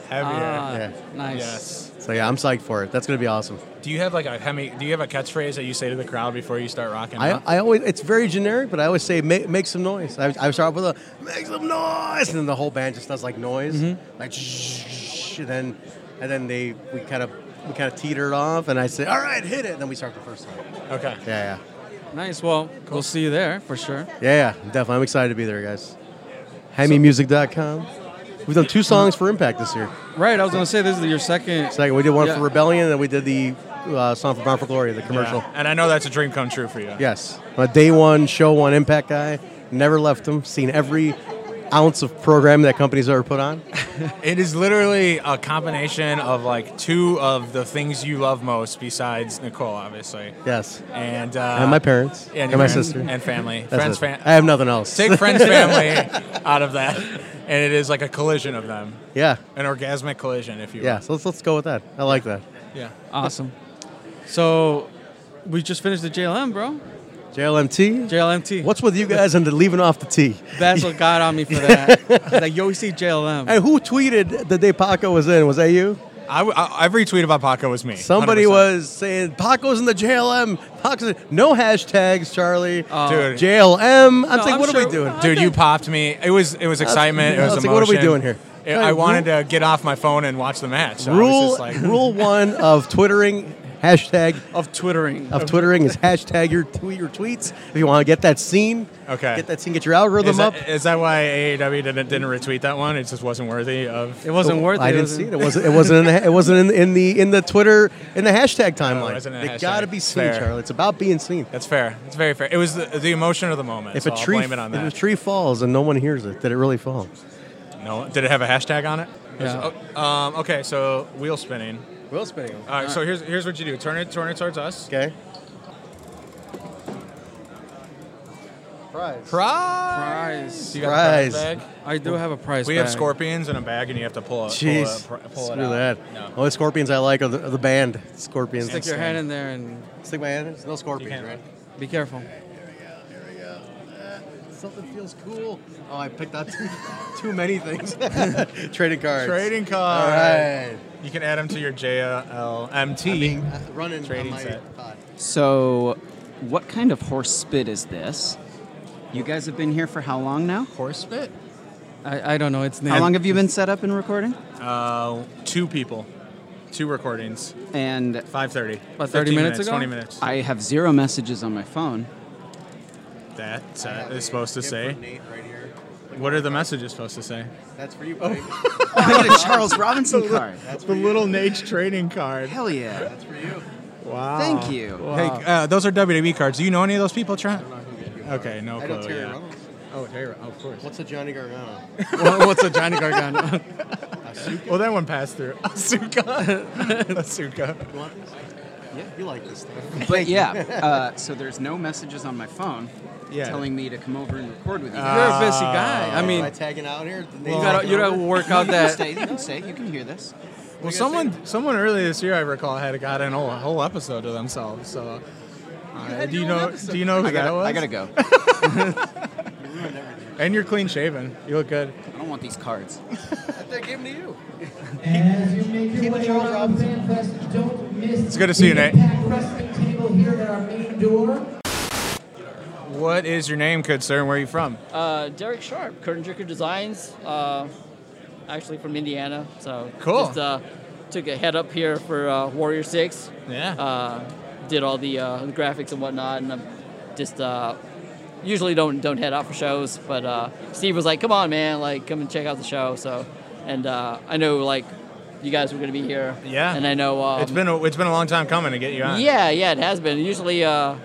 Heavier.
Ah,
Yeah.
Nice.
yes.
So yeah, I'm psyched for it. That's gonna be awesome.
Do you have like a Hemi? Do you have a catchphrase that you say to the crowd before you start rocking? out?
I, I always it's very generic, but I always say make, make some noise. I, I start with a make some noise, and then the whole band just does like noise, like shh, and then and then they we kind of we kind of teeter it off, and I say all right, hit it, and then we start the first time.
okay.
Yeah,
Nice. Well, we'll see you there for sure.
yeah, yeah, yeah definitely. I'm excited to be there, guys. HammyMusic.com. We've done two songs for Impact this year.
Right. I was gonna say this is your second.
Second, we did one
Yeah.
for Rebellion, and then we did the uh, song for Bound for Glory, the commercial.
Yeah. And I know that's a dream come true for you.
Yes. I'm a day one, show one impact guy. Never left them. Seen every ounce of program that company's ever put on.
It is literally a combination of like two of the things you love most, besides Nicole, obviously.
Yes.
Oh,
and uh,
And my parents.
yeah, and
And my
parents
sister.
and family,
That's
friends,
it.
fam-
I have nothing else.
take friends, family out of that, and it is like a collision of them,
yeah.
an orgasmic collision, if you will.
Yeah. So let's, let's go with that. I like that.
yeah.
Awesome. So we just finished the JLM, bro.
JLMT.
JLMT.
What's with you guys and the leaving off the T?
That's what got on me for that. I was like, yo, we see JLM.
And who tweeted the day Paco was in? Was that you?
I, w- I- every tweet about Paco was me.
Somebody
100%.
was saying Paco's in the JLM. Paco's in, no hashtags, Charlie.
Dude.
JLM. I'm
No,
saying,
I'm
what are
sure-
we doing?
Dude, you popped me. It was it was excitement. It
I
was
was
emotion.
like, what are we doing here?
It- I wanted to get off my phone and watch the match. So I was
rule
just like-
rule one of twittering hashtag
of twittering.
of twittering is hashtag your tweet your tweets if you want to get that scene
Okay.
get that scene get your algorithm
is
up
that, is that why AEW didn't, didn't retweet that one? It just wasn't worthy of.
It wasn't worth it.
Oh, I didn't
was
see it. It wasn't. It wasn't. In the, it wasn't in, in the in the Twitter in the hashtag timeline.
wasn't in the
they gotta
hashtag.
be seen,
Fair.
Charlie. It's about being seen.
That's fair. It's very fair. It was the, the emotion of the moment.
If
so
a
I'll
tree
blame it on that.
if a tree falls and no one hears it, did it really fall?
No, did it have a hashtag on it?
Yeah.
Oh, um, okay, so wheel spinning.
Will spinning.
All right, so here's here's what you do. Turn it turn it towards us.
Okay. Prize.
Prize.
You got a prize
Prize.
bag.
I do have a prize.
We have
bag.
scorpions in a bag, and you have to pull it.
Jeez.
pull, a, pull it
Screw
out.
that.
No.
Only scorpions I like are the, are the band scorpions.
Stick your hand in there and
Stick my hand in. There's no
You
scorpions,
can't-
right?
be careful.
There we go. Something feels cool. Oh, I picked out too, too many things. Trading cards.
Trading
All
card.
right.
You can add them to your JLMT.
I mean, uh, running
Trading
on my
set.
pod.
So, what kind of horse spit is this?
You guys have been here for how long now?
Horsebit?
I, I don't know. It's
Yeah.
how long have you been set up and recording?
Uh, two people, two recordings,
And
five thirty.
about 30 minutes, ago.
Twenty minutes.
I have zero messages on my phone.
that uh, is supposed to say. What are the messages supposed to say?
That's for you, buddy.
I got a Charles Robinson card.
the little Nage trading card.
Hell yeah!
That's for you.
Wow.
Thank you.
Hey, uh, those are WWE cards. Do you know any of those people, Trent? Okay, no
I
clue.
know Terry
yeah.
Reynolds.
Oh, Terry. Re- Oh, of course.
What's a Johnny Gargano?
Well, what's a Johnny Gargano?
Well, that one passed through. Asuka. Asuka.
You want this? Yeah, you like this stuff.
but yeah, uh, so there's no messages on my phone
Yeah.
telling me to come over and record with you.
Uh,
Ah.
guys.
You're a busy guy. I
Am I
mean,
tagging out here? The
you
name's
gotta
taken
you gotta
over?
work out
you, can
that.
stay, you can stay. You can hear this.
Well, someone someone earlier this year, I recall, had got an whole, whole episode to themselves. So, uh, do you know? Do you know who
I gotta,
that was?
I gotta go.
And you're clean shaven. You look good.
I don't want these cards.
They gave him to you.
As you make your way around the fan fest, don't miss. It's
good to see you, Nate.
Impact Wrestling table here at our main door.
What is your name, good sir, and where are you from?
Uh, Derek Sharp, Curtain Jerker Designs, uh, actually from Indiana. So
Cool.
Just uh, took a head up here for uh, Warrior Six.
Yeah.
Uh, did all the uh, graphics and whatnot, and I'm just uh, usually don't don't head out for shows. But uh, Steve was like, "Come on, man! Like, come and check out the show." So, and uh, I know like you guys were gonna be here.
Yeah.
And I know um,
it's been a, it's been a long time coming to get you on.
yeah, yeah, it has been. Usually uh, a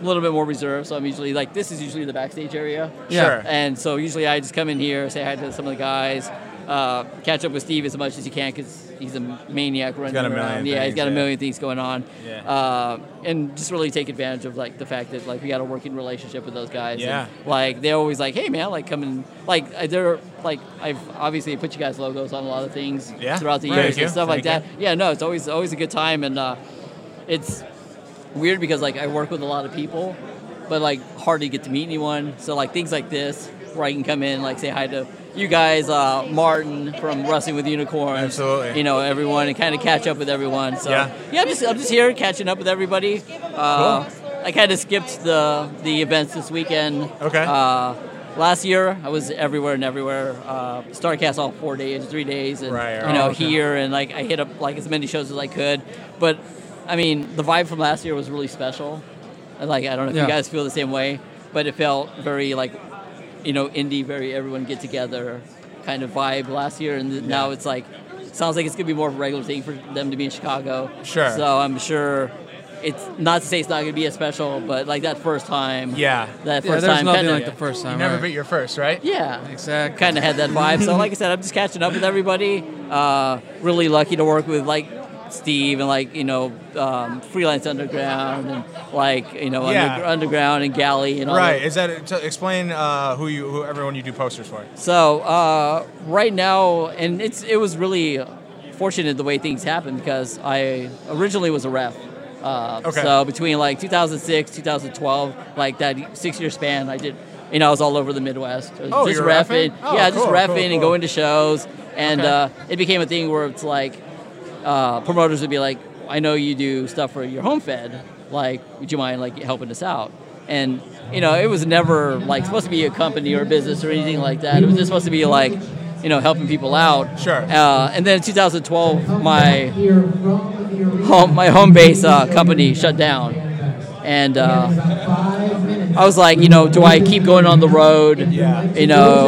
little bit more reserved, so I'm usually like this is usually the backstage area.
Yeah. Sure.
And so usually I just come in here, say hi to some of the guys, uh, catch up with Steve as much as you can because he's a maniac running
got a million
around. yeah, he's
things,
got a
yeah.
million things going on.
Yeah.
Uh, and just really take advantage of like the fact that like we got a working relationship with those guys.
Yeah.
And, like they're always like, hey man, like come and like I- they're like I've obviously put you guys logos on a lot of things
Yeah.
throughout the
Thank
years
you.
and stuff like
Thank
that.
you.
Yeah, no, it's always always a good time and. Uh, it's weird because like I work with a lot of people, but like hardly get to meet anyone. So like things like this, where I can come in, like say hi to you guys, uh, Martin from Wrestling with Unicorns,
Absolutely.
You know everyone and kind of catch up with everyone. So
Yeah.
yeah, I'm just I'm just here catching up with everybody. Uh, I kind of skipped the the events this weekend.
Okay.
Uh, Last year, I was everywhere and everywhere. Uh, Starcast all four days, three days, and
Right,
you know
right. Okay.
here here, and like I hit up like as many shows as I could. But I mean, the vibe from last year was really special. And, Like I don't know if you
Yeah.
guys feel the same way, but it felt very like you know indie, very everyone get together kind of vibe last year, and now it's like sounds like it's gonna be more of a regular thing for them to be in Chicago.
Sure.
So Oh, I'm sure. It's not to say it's not going to be as special, but like that first time,
Yeah.
that
Yeah,
first
there's
time,
nothing
kinda-
like the first time.
You never
right?
beat your first, right?
yeah,
Exactly.
Kind of had that vibe. So, like I said, I'm just catching up with everybody. Uh, really lucky to work with like Steve and like you know um, freelance underground and like you know
Yeah.
under, underground and galley and all
Right.
that.
Is that t- explain uh, who you who everyone you do posters for?
So uh, right now, and it's it was really fortunate the way things happened because I originally was a ref. Uh,
Okay.
So between like 2006, 2012, like that six-year span, I did. You know, I was all over the Midwest. I was
Oh,
just
you were reffing? Oh,
yeah, just
cool,
reffing
cool,
and
cool.
going to shows, and
Okay.
uh, it became a thing where it's like uh, promoters would be like, "I know you do stuff for your home fed. Like, would you mind like helping us out?" And you know, it was never like supposed to be a company or a business or anything like that. It was just supposed to be like, you know, helping people out.
Sure.
Uh, and then in 2012,
Back
my
here from the arena.
home my home base uh, company shut down, and. Uh,
About five minutes.
I was like, you know, do I keep going on the road?
Yeah.
You know,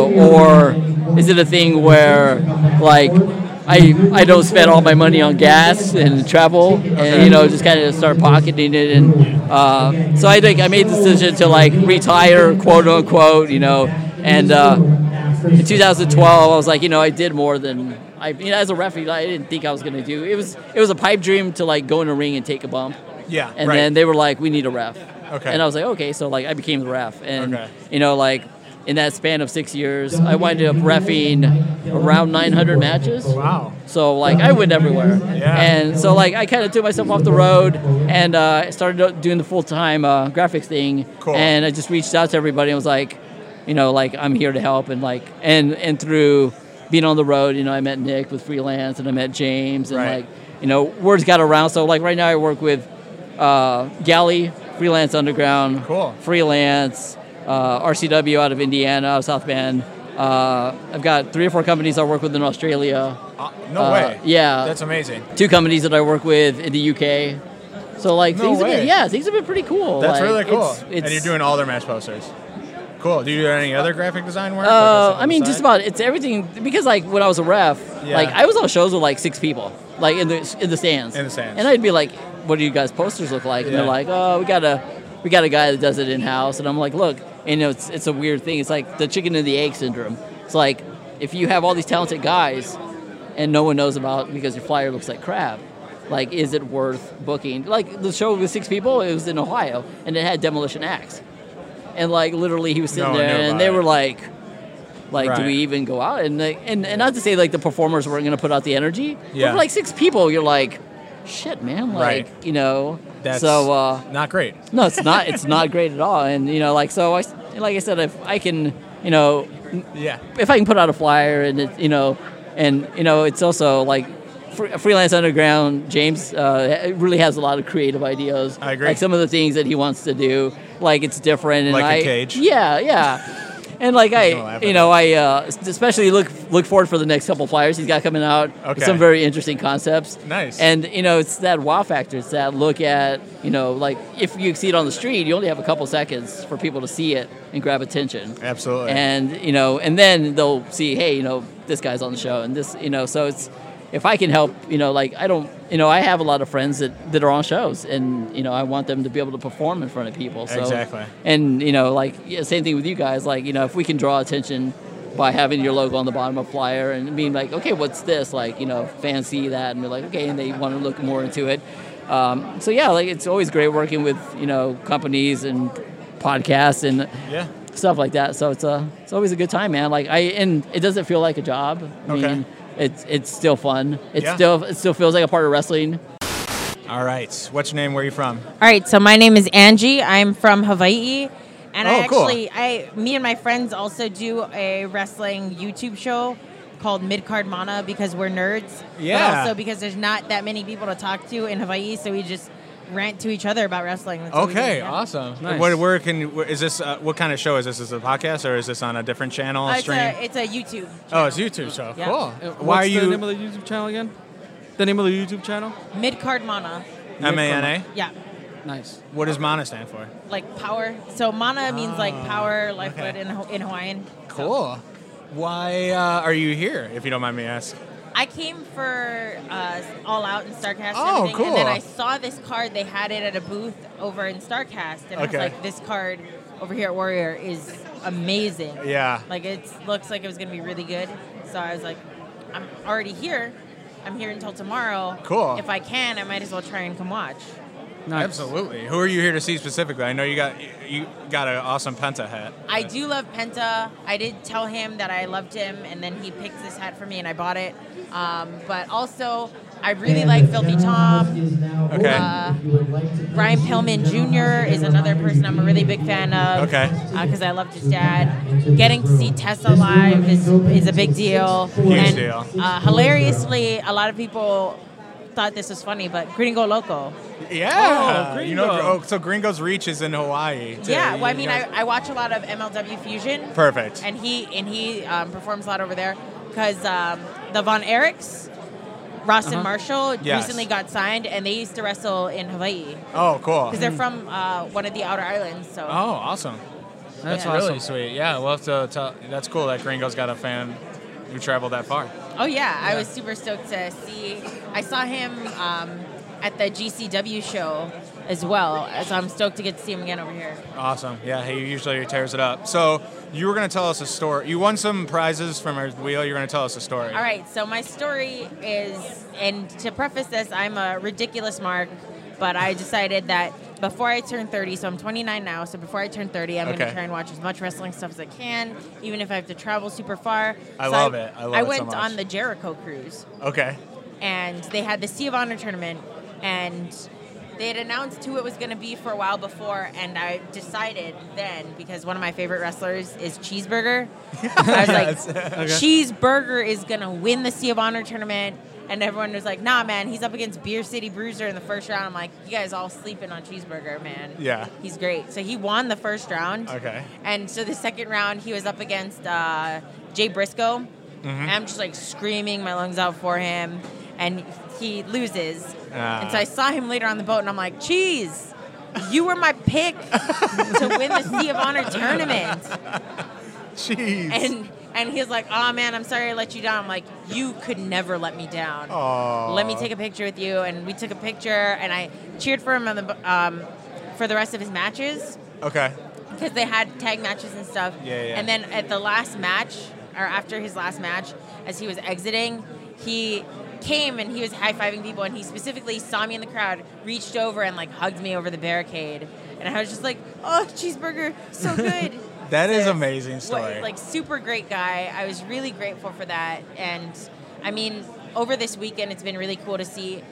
or is it a thing where like I I don't spend all my money on gas and travel and you know just kind of start pocketing it and uh, so I think I made the decision to like retire quote unquote you know and uh, in 2012, I was like, you know, I did more than I, you know, as a referee, I didn't think I was gonna do. It was it was a pipe dream to like go in a ring and take a bump.
Yeah,
And
right.
then they were like, we need a ref.
Okay.
And I was like, okay, so like I became the ref, and
Okay.
you know, like in that span of six years, I winded up refing around 900 matches.
Wow.
So like I went everywhere,
Yeah.
and so like I kind of took myself off the road and uh, started doing the full time uh, graphics thing.
Cool.
And I just reached out to everybody and was like, you know, like I'm here to help and like and and through being on the road, you know, I met Nick with freelance and I met James and
Right.
like you know words got around. So like right now I work with uh, Galley, Freelance Underground,
Cool.
Freelance, uh, RCW out of Indiana, out of South Bend. Uh, I've got three or four companies I work with in Australia.
no
Uh,
way.
Yeah.
That's amazing.
Two companies that I work with in the UK. So like
No
things have
way.
been, yeah, things have been pretty cool.
That's
Like,
really cool.
It's, it's,
and you're doing all their match posters. Cool. Do you do any other graphic design work?
Uh, I
on
mean,
the
just
side?
about it's everything because like when I was a ref,
Yeah.
like I was on shows with like six people, like in the in the stands.
In the stands.
And I'd be like, "What do you guys' posters look like?" And they're
Yeah.
like, "Oh, we got a we got a guy that does it in house." And I'm like, "Look," and it's it's a weird thing. It's like the chicken and the egg syndrome. It's like if you have all these talented guys and no one knows about because your flyer looks like crap. Like, is it worth booking? Like the show with six people, it was in Ohio, and it had Demolition Axe, and like literally he was
No
sitting
one
there,
knew
and
about
they
it.
were like, like, do
Right.
we even go out? And they, and, and not to say like the performers weren't going to put out the energy. But
Yeah.
for like six people, you're like, shit, man, like
Right.
you know.
That's
so uh,
not great.
no, it's not. It's not great at all. And you know, like so, I s- like I said, if I can, you know,
Yeah.
if I can put out a flyer and it, you know, and you know, it's also like fr- freelance underground. James uh, really has a lot of creative ideas.
I agree.
Like some of the things that he wants to do, like it's different. And
Like a
I-
cage?
Yeah, yeah. And like
no
I,
effort.
you know, I uh, s- especially look look forward for the next couple flyers he's got coming out. with
Okay.
Some very interesting concepts.
Nice.
And you know, it's that wow factor. It's that look at you know, like if you see it on the street, you only have a couple seconds for people to see it and grab attention
Absolutely.
and you know and then they'll see hey you know this guy's on the show and this you know so it's if i can help you know like i don't you know i have a lot of friends that, that are on shows and you know i want them to be able to perform in front of people so
Exactly.
and you know like yeah, same thing with you guys like you know if we can draw attention by having your logo on the bottom of a flyer and being like okay what's this like you know fans see that and they're like okay and they want to look more into it um, so yeah like it's always great working with you know companies and podcasts and
yeah.
stuff like that. So it's a it's always a good time, man. Like I and it doesn't feel like a job. I
Okay.
mean, it's it's still fun. It's
Yeah.
still it still feels like a part of wrestling.
All right. What's your name? Where are you from?
All right, so my name is Angie. I'm from Hawaii. And I
Oh, cool.
actually I me and my friends also do a wrestling YouTube show called Mid Card Mana because we're nerds. But
Yeah.
also because there's not that many people to talk to in Hawaii, so we just rant to each other about wrestling. That's what we do,
Okay.
yeah.
Awesome.
Nice.
Where, where can where, is this? Uh, what kind of show is this? Is it a podcast or is this on a different channel?
Uh, it's,
stream?
a, it's a YouTube.
oh, it's YouTube show.
Yeah.
Cool.
What's
Why are
the
you
name of the YouTube channel again? The name of the YouTube channel?
Mid Card Mana.
M A N A?
Yeah.
Nice.
What does Mana stand for?
Like power. So mana means like power, lifeblood
Ah, okay.
in, Ho- in Hawaiian.
Cool. Why uh, are you here? If you don't mind me asking.
I came for uh, All Out and StarCast and
Oh,
everything, and then
cool.
I saw this card. They had it at a booth over in StarCast, and I was
Okay.
like, this card over here at Warrior is amazing.
Yeah.
Like, it looks like it was going to be really good. So I was like, I'm already here. I'm here until tomorrow.
Cool.
If I can, I might as well try and come watch.
Absolutely. Who are you here to see specifically? I know you got you got an awesome Penta hat.
I do love Penta. I did tell him that I loved him, and then he picked this hat for me, and I bought it. Um, but also, I really like Filthy Tom.
Okay.
Uh, Brian Pillman Jr. is another person I'm a really big fan of.
Okay.
Because I loved his dad. Getting to see Tessa live is, is a big deal.
Huge
and,
deal.
Uh, hilariously, a lot of people thought this was funny, but Gringo Loco.
Yeah.
Oh,
you know,
Gringo.
oh, so Gringo's Reach is in Hawaii. too.
yeah, well, I
You
mean,
guys-
I, I watch a lot of MLW Fusion.
Perfect.
and he and he um, performs a lot over there because um, the Von Erichs, Ross and Marshall
Uh-huh. Yes.
recently got signed, and they used to wrestle in Hawaii
oh, cool.
because they're from uh, one of the outer islands. So
Oh, awesome. That's
Yeah.
really sweet. Yeah, we'll have to tell. That's cool that Gringo's got a fan who traveled that far.
Oh, yeah, I was super stoked to see. I saw him um, at the GCW show as well, so I'm stoked to get to see him again over here.
Awesome. Yeah, he usually tears it up. So you were going to tell us a story. You won some prizes from our wheel. You're going to tell us a story.
All right, so my story is, and to preface this, I'm a ridiculous mark, but I decided that before I turn 30, so I'm 29 now, so before I turn 30, I'm going
Okay.
to try and watch as much wrestling stuff as I can, even if I have to travel super far.
I
So
love it. I love it so
went
much.
on the Jericho cruise,
Okay.
and they had the Sea of Honor tournament, and they had announced who it was going to be for a while before, and I decided then because one of my favorite wrestlers is Cheeseburger. I was like, Cheeseburger is going to win the Sea of Honor tournament. And everyone was like, nah, man, he's up against Beer City Bruiser in the first round. I'm like, you guys all sleeping on Cheeseburger, man.
Yeah.
He's great. So he won the first round.
Okay.
And so the second round, he was up against uh, Jay Briscoe.
Mm-hmm.
And I'm just like screaming my lungs out for him. And he loses.
Ah.
And so I saw him later on the boat and I'm like, Cheese, you were my pick to win the Sea of Honor tournament.
Jeez.
And and he's like, Oh man, I'm sorry I let you down. I'm like, You could never let me down.
Aw.
Let me take a picture with you. And we took a picture and I cheered for him on the bo- um, for the rest of his matches
Okay.
because they had tag matches and stuff.
Yeah, yeah.
And then at the last match, or after his last match, as he was exiting, he came and he was high fiving people, and he specifically saw me in the crowd, reached over and like hugged me over the barricade, and I was just like, "Oh, cheeseburger, so good."
That is
So,
amazing
what-
story.
like super great guy. I was really grateful for that, and I mean, over this weekend, it's been really cool to see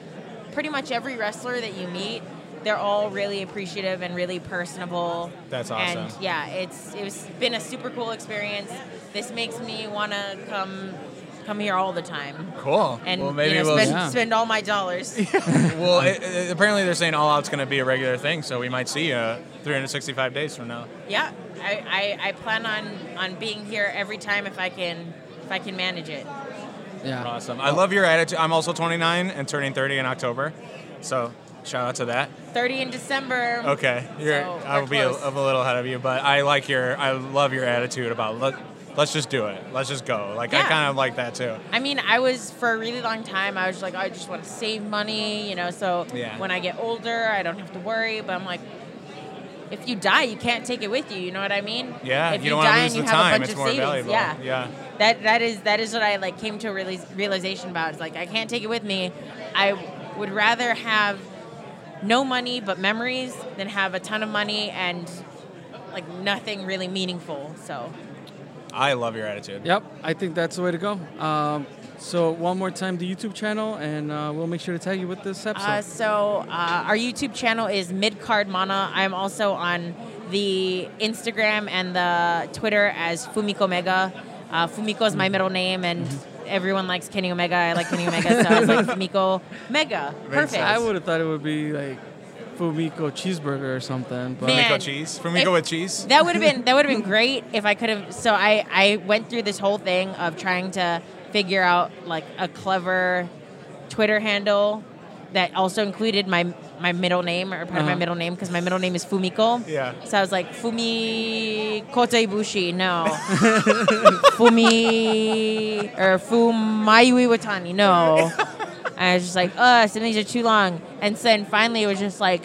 pretty much every wrestler that you meet. They're all really appreciative and really personable.
That's
And
awesome.
yeah, it's it's been a super cool experience. This makes me want to come come here all the time.
Cool.
And
well, maybe
you know,
we'll. Um,
spend, spend all my dollars.
well, it, it- apparently they're saying All Out's going to be a regular thing, so we might see uh, 365 days from now.
yeah, I, I, I plan on on being here every time if I can if I can manage it.
Yeah. Awesome. I love your attitude. I'm also 29 and turning 30 in October, so shout out to that.
Thirty in December.
Okay, you're,
So,
I
we're
will be a,
close.
I'm a little ahead of you, but I like your, I love your attitude about let, let's just do it, let's just go. Like I
Yeah.
kind of like that too.
I mean, I was for a really long time. I was like, I just want to save money, you know. So
Yeah.
when I get older, I don't have to worry. But I'm like, if you die, you can't take it with you. You know what I mean?
Yeah,
If
you don't want
die
to lose
and
the
you have a
time.
bunch
It's
of
more
savings,
valuable.
Yeah.
yeah.
That that is that is what I like came to a reali- realization about. It's like I can't take it with me. I would rather have no money but memories than have a ton of money and like nothing really meaningful. So
I love your attitude.
Yep, I think that's the way to go. Um, so one more time, the YouTube channel, and uh, we'll make sure to tag you with this episode.
Uh, so uh, our YouTube channel is Midcard Mana. I'm also on the Instagram and the Twitter as Fumiko Omega. Uh, Fumiko is
Mm-hmm.
my middle name, and everyone likes Kenny Omega. I like Kenny Omega, so I was like Fumiko Mega. Perfect.
I would have thought it would be like Fumiko cheeseburger or something. But
Man,
Fumiko cheese. Fumiko
if-
with cheese.
That would have been that would have been great if I could have. So I I went through this whole thing of trying to figure out like a clever Twitter handle that also included my my middle name or part of my
Uh-huh.
middle name because my middle name is Fumiko.
Yeah.
So I was like Fumi Kota Ibushi. No. Fumi or Fumayu Iwatani. No. I was just like, uh, some of these are too long. And so then finally it was just like,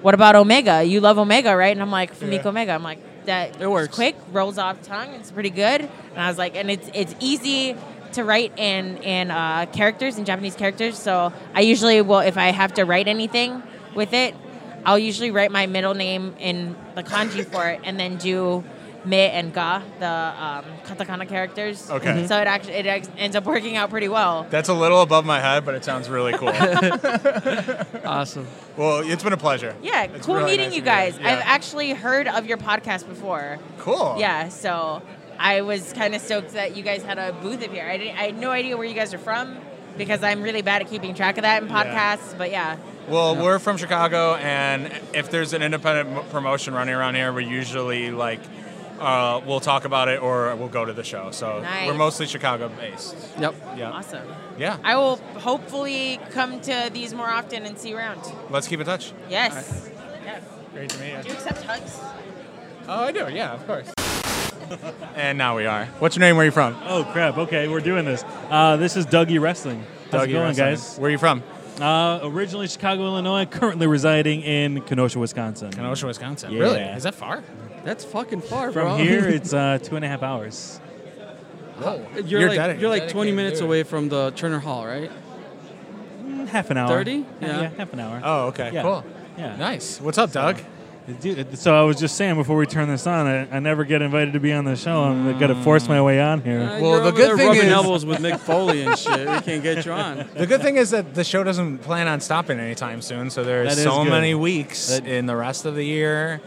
what about Omega? You love Omega, right? And I'm like, Fumiko
Yeah.
Omega. I'm like, that it
works.
quick, rolls off tongue, it's pretty good. And I was like, and it's it's easy to write in in uh, characters in Japanese characters. So I usually will if I have to write anything with it, I'll usually write my middle name in the kanji for it, and then do me and ga the um, katakana characters.
Okay. Mhm.
So it actually it ex- ends up working out pretty well.
That's a little above my head, but it sounds really cool.
awesome.
Well, it's been a pleasure.
Yeah,
It's
cool
really
meeting
nice
you
to meet
guys.
Yeah.
I've actually heard of your podcast before.
Cool.
Yeah, so I was kind of stoked that you guys had a booth up here. I, didn't, I had no idea where you guys are from because I'm really bad at keeping track of that in
Yeah.
podcasts. But yeah,
Well, we're from Chicago, and if there's an independent m- promotion running around here, we usually like uh, we'll talk about it or we'll go to the show. So
Nice.
we're mostly Chicago based.
Yep.
Yeah.
awesome.
Yeah.
I will hopefully come to these more often and see you around.
Let's keep in touch.
Yes. Yes.
Great to meet
Do you accept hugs?
Oh, I do. Yeah, of course. and now we are. What's your name? Where are you from?
Oh crap! Okay, we're doing this. Uh, this is Dougie Wrestling. How's
Dougie
it going,
Wrestling.
guys?
Where are you from?
Uh, originally Chicago, Illinois. Currently residing in Kenosha, Wisconsin.
Kenosha, Wisconsin.
Yeah.
Really? Is that far?
That's fucking far,
From
bro.
here, it's uh, two and a half hours.
Whoa.
you're, like you're like 20 minutes away from the Turner Hall, right?
Mm, Half an hour.
30?
Yeah.
Yeah.
half an hour.
Oh, okay.
Yeah.
Cool.
Yeah.
Nice. What's up, Doug?
Dude, so I was just saying before we turn this on, I, I never get invited to be on the show. I'm gonna force my way on here.
Uh,
Well,
you're
the
over
good
there
thing
rubbing
is-
elbows with Mick Foley and shit. We can't get you on.
The good thing is that the show doesn't plan on stopping anytime soon, so
That
there's
is
so
good.
many weeks
That-
in the rest of the year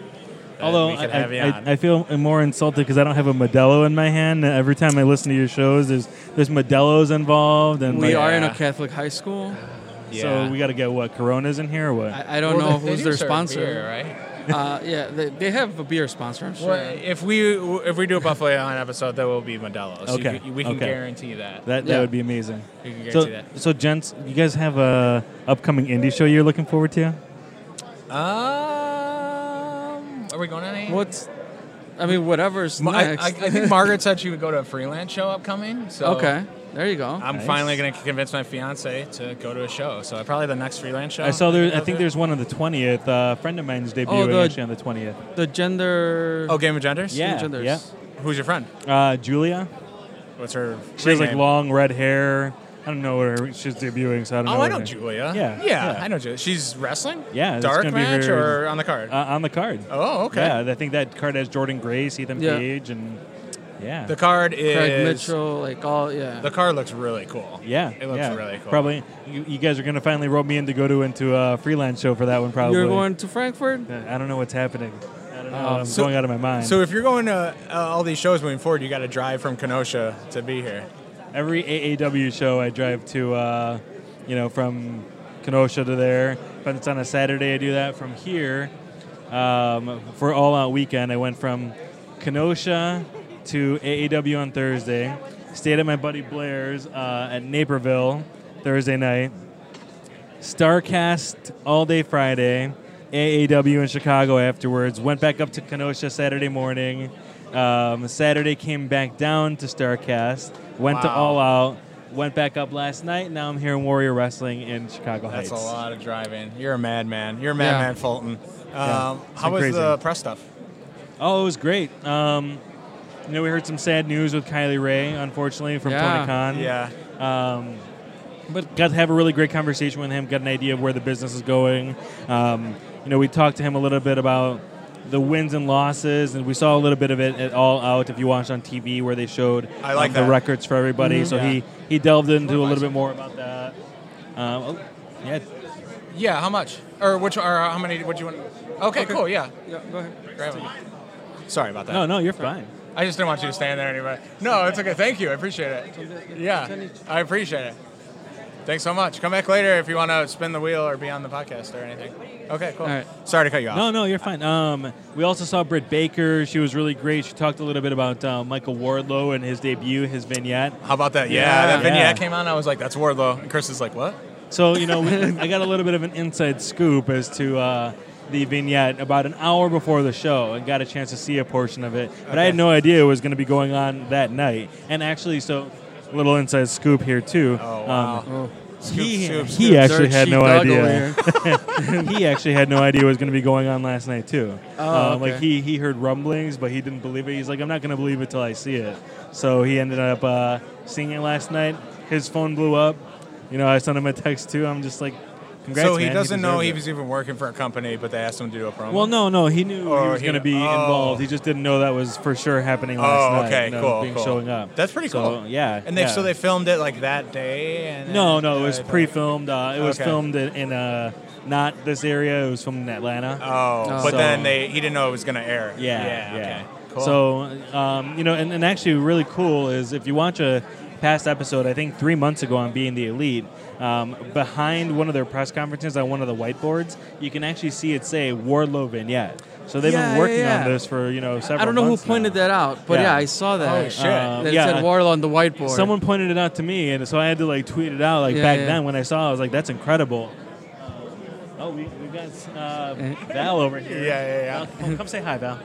that.
Although
we could
I,
have you
I-
on.
I feel more insulted because I don't have a Modelo in my hand. Every time I listen to your shows, there's there's Modelos involved, and
We
like-
are in a Catholic high school.
So we got to get what Coronas in here or what?
I don't
Well,
know
they- they
who's
do
their
serve
sponsor.
beer,
right? uh, yeah, they, they have a beer sponsor. I'm sure.
Well, if we if we do a Buffalo on episode, there will be Modelo's. You
Okay.
can- we can
okay.
guarantee that.
That, that would be amazing.
We can
so,
guarantee that.
so, gents, you guys have a upcoming indie show you're looking forward to?
Um, are we going on any?
What's I mean, whatever's
Ma- I-
next.
I, I think Margaret said she would go to a freelance show upcoming. So
Okay. There you go.
I'm
Nice.
finally going to convince my fiance to go to a show. So probably the next freelance show.
I saw there. I
goes
think
to.
there's one on the 20th. Uh, a friend of mine's debuting
the-
actually on the 20th.
the gender.
Oh, Game of Genders.
Yeah, yeah.
Who's your friend?
Uh, Julia.
What's her?
She has
ring
like
name?
long red hair. I don't know what her, she's debuting, so I don't know.
Oh, I
what
know
her-
Julia.
Yeah.
yeah, I know Julia. She's wrestling.
Yeah, that's
dark
gonna be
match
her-
or on the card.
Uh, on the card.
Oh, okay.
Yeah, I think that card has Jordan Grace, Ethan
Yeah.
Page, and yeah.
The card is
Craig Mitchell, like all yeah.
The card looks really cool.
Yeah,
it looks
yeah.
really cool.
Probably you, you guys are gonna finally rope me in to go to into a freelance show for that one. Probably
You're going to Frankfurt.
I don't know what's happening. I don't know.
Um,
I'm
so-
going out of my mind.
So if you're going to uh, all these shows moving forward, you got to drive from Kenosha to be here.
every AAW show I drive to, uh, you know, from Kenosha to there. If it's on a Saturday, I do that from here. Um, for All Out Weekend, I went from Kenosha to AAW on Thursday. Stayed at my buddy Blair's uh, at Naperville Thursday night. Starcast all day Friday, AAW in Chicago afterwards. Went back up to Kenosha Saturday morning. Um, Saturday came back down to Starcast. Went to
Wow.
All Out. Went back up last night. Now I'm here in Warrior Wrestling in Chicago
That's
Heights.
a lot of driving. You're a madman. You're a
Yeah.
madman, Fulton. Um,
Yeah, it's
how
been
was
crazy.
the press stuff?
Oh, it was great. Um, you know, we heard some sad news with Kylie Ray, unfortunately, from
Yeah.
Tony Khan.
Yeah.
Um, but got to have a really great conversation with him, got an idea of where the business is going. Um, you know, we talked to him a little bit about the wins and losses, and we saw a little bit of it at All Out if you watched on TV where they showed
I like
um,
that.
the records for everybody.
Mhm.
So
Yeah.
he, he delved into a little bit more about that. Um, oh, yeah,
Yeah. How much? Or which? Or how many? What do you want? Okay. Cool. Yeah.
Yeah. Go ahead.
Grab 'em. Sorry about that.
No, no, you're fine.
I just didn't want you to stand there anyway. No, it's okay. Thank you. I appreciate it. Yeah, I appreciate it. Thanks so much. Come back later if you want to spin the wheel or be on the podcast or anything. Okay, cool.
All right.
Sorry to cut you off.
No, no, you're fine. Um, we also saw Britt Baker. She was really great. She talked a little bit about uh, Michael Wardlow and his debut, his vignette.
How about that? Yeah, that vignette came on. I was like, that's Wardlow. And Chris is like, what?
So you know, we, I got a little bit of an inside scoop as to uh, the vignette about an hour before the show, and got a chance to see a portion of it. But I had
Okay.
no idea it was going to be going on that night. And actually, so a little inside scoop here too.
Oh,
Um,
wow.
he,
Scoop, scoop,
he
scoop.
actually
Dirt
had no
sheepdog
idea.
over here.
he actually had no idea what was going to be going on last night too.
Oh,
Um,
okay.
Like he he heard rumblings, but he didn't believe it. He's like, I'm not going to believe it till I see it. So he ended up uh, seeing it last night. His phone blew up. You know, I sent him a text too. I'm just like, congrats.
so he
man.
doesn't know
deserved
he
it."
was even working for a company, but they asked him to do a promo.
Well, no, no, he knew he
Or
was
he-
going to be
oh.
involved. He just didn't know that was for sure happening last
Oh,
night.
okay,
you know,
cool,
being
cool.
showing up.
That's pretty
So,
cool.
Yeah,
And they,
yeah.
so they filmed it like that day. And
No,
then-
no, it was
Okay.
pre-filmed. Uh, it was
Okay.
filmed in, in uh, not this area. It was filmed in Atlanta.
Oh, but then they he didn't know it was going to air.
Yeah,
Yeah.
yeah.
Okay. Cool.
So, um, you know, and, and actually, really cool is if you watch a past episode, I think three months ago on Being the Elite, um, behind one of their press conferences on one of the whiteboards, you can actually see it say Wardlow vignette. So they've
Yeah,
been
yeah,
working
yeah.
on this for you know several.
I don't know who
months now.
pointed that out, but yeah, I saw that.
Um,
That it said Wardlow on the whiteboard.
Someone pointed it out to me, and so I had to like tweet it out. Like
Yeah,
back
yeah.
then when I saw, it, I was like, "That's incredible." Oh, we, we got uh, Val over here.
Yeah, yeah, yeah.
Val, come, come say hi, Val.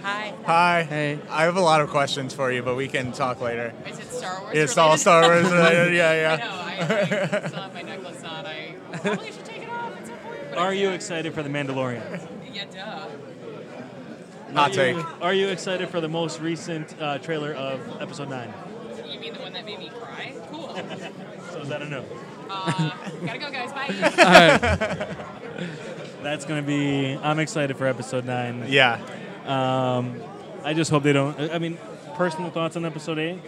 Hi.
Hi. Hey. I have a lot of questions for you, but we can talk later.
Is it Star Wars?
It's all
related?
Star Wars related. Yeah, yeah.
I know. I, I still have my necklace on. I probably should take it off at some point. But
Are
I
you
can't.
excited for the Mandalorian?
Yeah, duh.
Are
Hot
you-
take.
Are you excited for the most recent uh, trailer of Episode Nine?
You mean the one that made me cry? Cool.
So is that a no?
Uh, gotta go, guys. Bye.
All right. That's gonna be. I'm excited for Episode Nine.
Yeah.
Um, I just hope they don't. I I mean, personal thoughts on Episode Eight.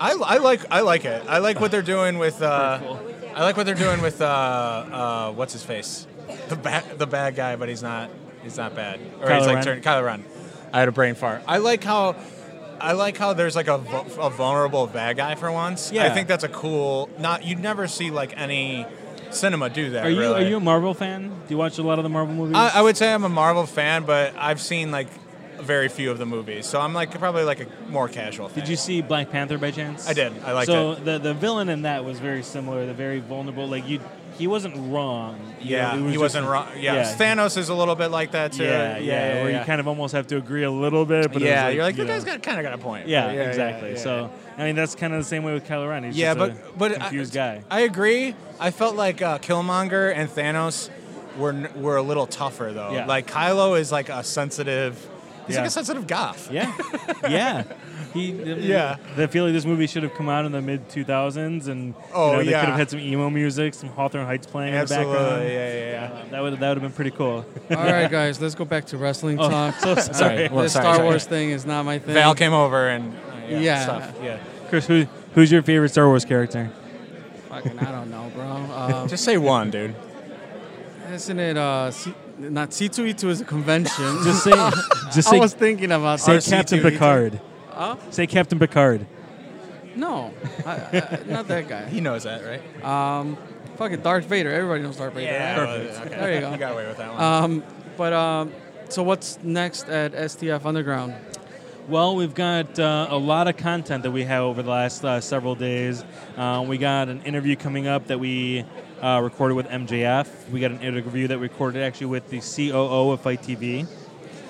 I, I like I like it. I like what they're doing with. Uh, I like what they're doing with uh, uh, what's his face, the bad the bad guy, but he's not. He's not bad. Or
Kylo
he's like
Ren.
turned Kylo Ren. I had a brain fart. I like how I like how there's like a, vu- a vulnerable bad guy for once. I
Yeah.
think that's a cool. Not you never see like any cinema do that.
Are you
really.
are you a Marvel fan? Do you watch a lot of the Marvel movies?
I, I would say I'm a Marvel fan, but I've seen like very few of the movies, so I'm like probably like a more casual. Fan.
Did you see Black Panther by chance?
I did. I liked
so
it.
the the villain in that was very similar. The very vulnerable. Like you, he wasn't wrong. you
Yeah,
know, it
he
just-
wasn't wrong. Yeah. Thanos is a little bit like that too.
yeah, yeah, Where you kind of almost have to agree a little bit, but it was
Yeah, you're like,
you
"The guy's
know."
got- kinda got a point."
Yeah,
Yeah, yeah,
exactly.
yeah.
So I mean, that's kind of the same way with Kylo Ren. He's
yeah,
just a
but but
confused
I,
guy.
I agree. I felt like uh, Killmonger and Thanos were n- were a little tougher though.
Yeah.
Like Kylo is like a sensitive. He's like
Yeah.
a sensitive goth.
Yeah. yeah. He,
Yeah.
I feel like this movie should have come out in the mid 2000s, and
Oh,
you know, they
yeah.
could have had some emo music, some Hawthorne Heights playing
Absolutely,
in the background.
yeah, yeah, yeah.
Um, that would that would have been pretty cool.
All right, guys, let's go back to wrestling
Oh,
talk.
so sorry.
This Star Wars thing is not my thing.
Val came over and uh, yeah,
Yeah.
stuff. Yeah.
Chris, who, who's your favorite Star Wars character?
Fucking, I don't know, bro. Um,
Just say one, dude.
Isn't it uh, C- not C2E2 is a convention?
Just say- just
I
say-
was thinking about
Say
that.
Captain Picard.
Huh?
Say Captain Picard.
No, I, I, not that guy.
He knows that, right?
Um, fucking Darth Vader. Everybody knows Darth Vader.
Yeah,
right?
well, Perfect. okay.
There you go.
You got away with that one.
Um, but um, so what's next at STF Underground?
Well, we've got uh, a lot of content that we have over the last uh, several days. Uh, we got an interview coming up that we uh, recorded with MJF. We got an interview that we recorded actually with the COO of Fight TV.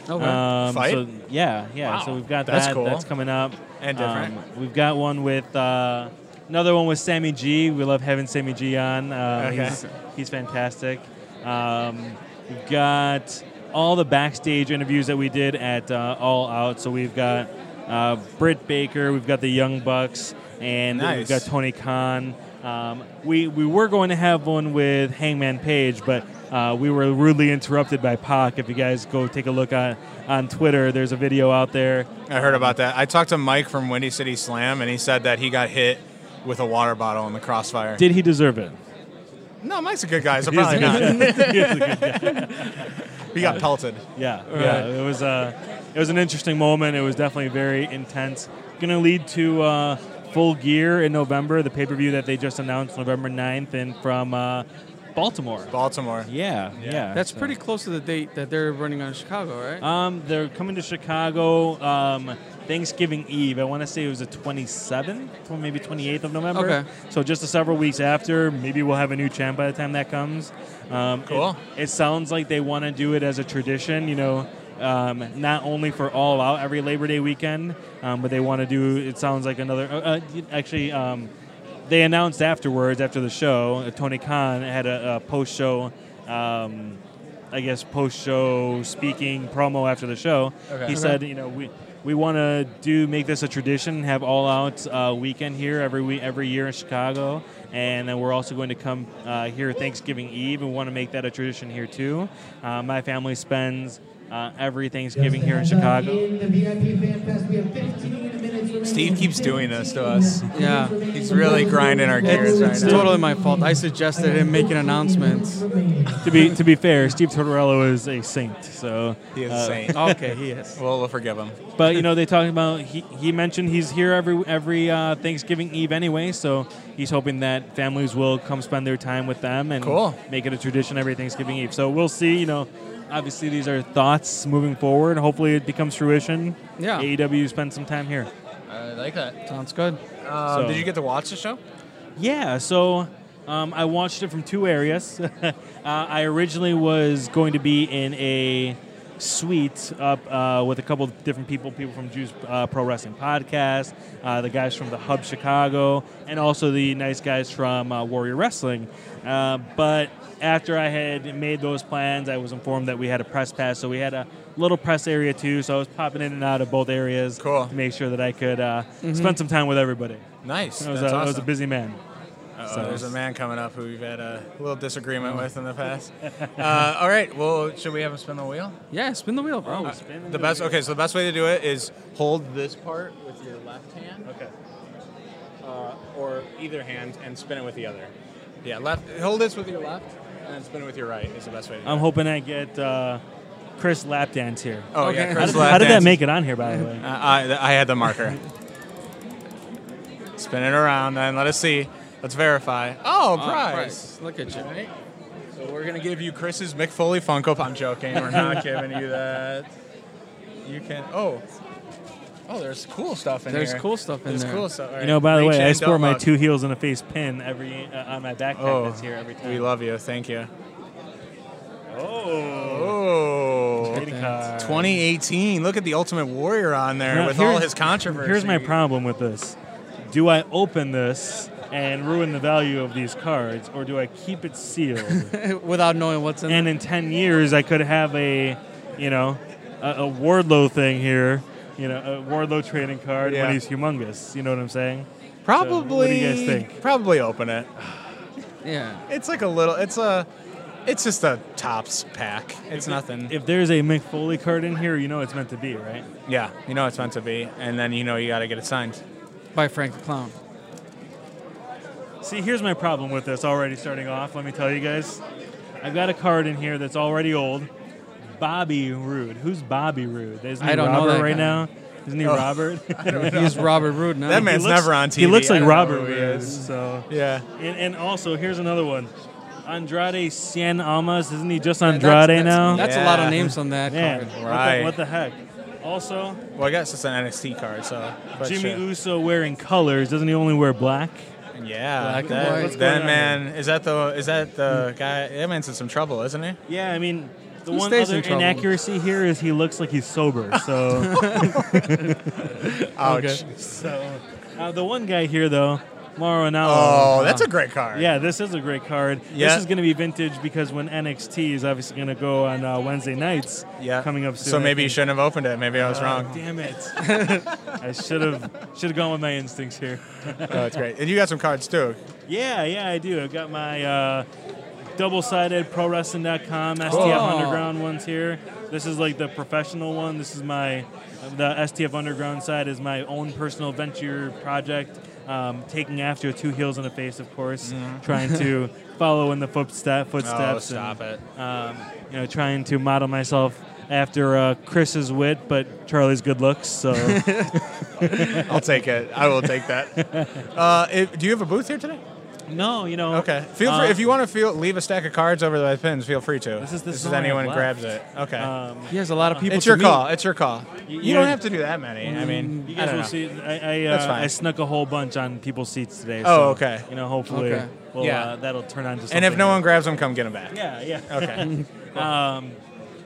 Okay.
Oh, Fight?
So, yeah, yeah. So
Wow.
we've got
That's
that.
cool.
That's coming up. Um,
And different.
we've got one with uh, another one with Sammy G. We love having Sammy G on. Uh,
Okay.
he's, he's fantastic. Um, we've got all the backstage interviews that we did at uh, All Out. So we've got uh, Britt Baker, we've got the Young Bucks, and
Nice.
we've got Tony Khan. Um, we, we were going to have one with Hangman Page, but uh, we were rudely interrupted by Pac. If you guys go take a look on, on Twitter, there's a video out there.
I heard about that. I talked to Mike from Windy City Slam, and he said that he got hit with a water bottle in the crossfire.
Did he deserve it?
No, Mike's a good guy, so
He is a
probably not.
good guy. He is a good
he got pelted.
Yeah,
Right.
yeah. It was uh, it was an interesting moment. It was definitely very intense. Going to lead to uh, Full Gear in November, the pay per view that they just announced November 9th, and from uh, Baltimore.
Baltimore.
Yeah, yeah.
That's
so-
pretty close to the date that they're running on Chicago, right?
Um, they're coming to Chicago um, Thanksgiving Eve. I want to say it was the 27th, or maybe 28th of November.
Okay.
So just a several weeks after, maybe we'll have a new champ by the time that comes. Um,
Cool.
It, it sounds like they want to do it as a tradition, you know, um, not only for All Out every Labor Day weekend, um, but they want to do. It sounds like another. Uh, uh, actually. Um, they announced afterwards, after the show, uh, Tony Khan had a, a post-show um, I guess post show speaking promo after the show.
Okay.
He
Okay.
said, you know, we we want to do make this a tradition, have all out uh, weekend here every week, every year in Chicago, and then we're also going to come uh, here Thanksgiving Eve and want to make that a tradition here too. Uh, my family spends uh, every Thanksgiving here in Chicago.
In the VIP Fan Fest, we have 15 minutes remaining.
Steve keeps doing this to us.
Yeah.
He's really grinding our gears
It's,
right
it's
now.
totally my fault. I suggested him making announcements.
to be to be fair, Steve Tortorello is a saint, so
He is a
uh,
saint.
okay, he is.
Well, we'll forgive him.
But you know, they talking about he, he mentioned he's here every every uh, Thanksgiving Eve anyway, so he's hoping that families will come spend their time with them and
Cool.
make it a tradition every Thanksgiving Eve. So we'll see. You know, obviously these are thoughts moving forward. Hopefully it becomes fruition.
Yeah.
AEW spend some time here.
I like that.
Sounds good.
Uh,
So-
Did you get to watch the show?
Yeah, so um, I watched it from two areas. uh, I originally was going to be in a suite up uh, with a couple of different people, people from Juice uh, Pro Wrestling Podcast, uh, the guys from the Hub Chicago, and also the nice guys from uh, Warrior Wrestling. Uh, but after I had made those plans, I was informed that we had a press pass, so we had a little press area too. So I was popping in and out of both areas cool. to make sure that I could uh,
Mhm.
spend some time with everybody.
Nice.
It was,
That's
a, it was a
awesome.
busy man.
Uh-oh,
So-
Oh, there's a man coming up who we've had a little disagreement with in the past. Uh, all right. Well, should we have him spin the wheel?
Yeah, spin the wheel, bro.
The best. Okay, so the best way to do it is hold this part with your left hand. Okay. Uh, or either hand and spin it with the other. Yeah, left. Hold this with your left and then spin it with your right is the best way. To do
I'm
it.
hoping I get uh, Chris Lapdance here.
Oh, yeah, Okay. Chris
how, did, how did that
Lapdance.
make it on here, by the way?
Uh, I, I had the marker. Spin it around and let us see. Let's verify. Oh, prize.
Look at you.
So we're gonna give you Chris's Mick Foley Funko Pop. I'm joking. We're not giving you that. You can. Oh. Oh, there's cool stuff in
There's
here.
cool stuff in
there's
there.
cool stuff. All
You know, by the
Reach
way,
in,
I
don't
sport my
look.
two heels and a face pin every uh, on my backpack that's here every time.
We love you. Thank you.
Oh.
Oh. 2018. Look at the Ultimate Warrior on there
Now,
with
here's-
all his controversy.
Here's my problem with this: Do I open this and ruin the value of these cards, or do I keep it sealed
without knowing what's in?
And in ten years, I could have a, you know, a, a Wardlow thing here. You know, a Wardlow trading card
Yeah.
when he's humongous. You know what I'm saying? So,
Probably.
what do you guys think?
Probably open it.
Yeah.
It's like a little. It's a. It's just a tops pack. It's nothing.
If there's a Mick Foley card in here, you know it's meant to be, right?
Yeah, you know it's meant to be, and then you know you got to get it signed.
By Frank the Clown.
See, here's my problem with this already starting off. Let me tell you guys. I've got a card in here that's already old. Bobby Roode. Who's Bobby Roode? Isn't he
I don't know
Robert
that
right
guy.
now? Isn't he
Oh,
Robert?
I don't know. He's Robert Roode now. That
He
man's
looks-
never on
He
TV.
looks
I
like
don't know
Robert
who he
Roode.
is.
So
yeah.
And, and also, here's another one. Andrade Cien Almas. Isn't he just
Yeah,
Andrade
that's- that's-
now?
that's a lot of Yeah. names on that
Man,
card.
what the-
Right.
What the, heck? Also,
Well, I guess it's an NXT card, so. but
Jimmy
sure.
Uso wearing colors. Doesn't he only wear black?
Yeah,
Black and white.
that,
What's going
that
on
man is that the is that the guy? That man's in some trouble, isn't he?
Yeah, I mean, The
He
one
stays
other
in trouble.
inaccuracy here is he looks like he's sober. So,
Ouch. Okay.
So, uh, the one guy here though, Mauro Ranallo.
Oh, that's a great card.
Yeah, this is a great card.
Yeah.
This is going to be vintage because when NXT is obviously going to go on uh, Wednesday nights.
Yeah.
coming up soon.
So
I
maybe you
think.
shouldn't have opened it. Maybe I was
Oh,
wrong.
Damn it! I should have should have gone with my instincts here.
Oh, it's great. And you got some cards too.
Yeah, yeah, I do. I've got my uh, double-sided ProWrestling.com STF
Cool.
Underground ones here. This is like the professional one. This is my the STF Underground side is my own personal venture project, um, taking after two heels and a face, of course,
Mhm.
trying to follow in the footstep, footsteps.
Oh, stop
and, it. Um, you know, trying to model myself after uh, Chris's wit, but Charlie's good looks. So
I'll take it. I will take that. Uh, it, do you have a booth here today?
No, you know.
Okay. Feel
uh,
free if you want to feel leave a stack of cards over the pins. Feel free to.
This is the
this
song
is
I
anyone
left.
grabs it. Okay.
Um,
He has a lot of people
It's
to
your
meet. Mm,
call. It's your call. You,
yeah.
don't have to do that many. I mean,
you
I
guys
don't
will
know.
see. I I,
That's
uh,
fine.
I snuck a whole bunch on people's seats today.
Oh,
so,
okay.
You know, hopefully,
Okay.
We'll,
Yeah.
uh, that'll turn on to something.
And if no one grabs them, come get them back.
Yeah, yeah.
Okay.
um,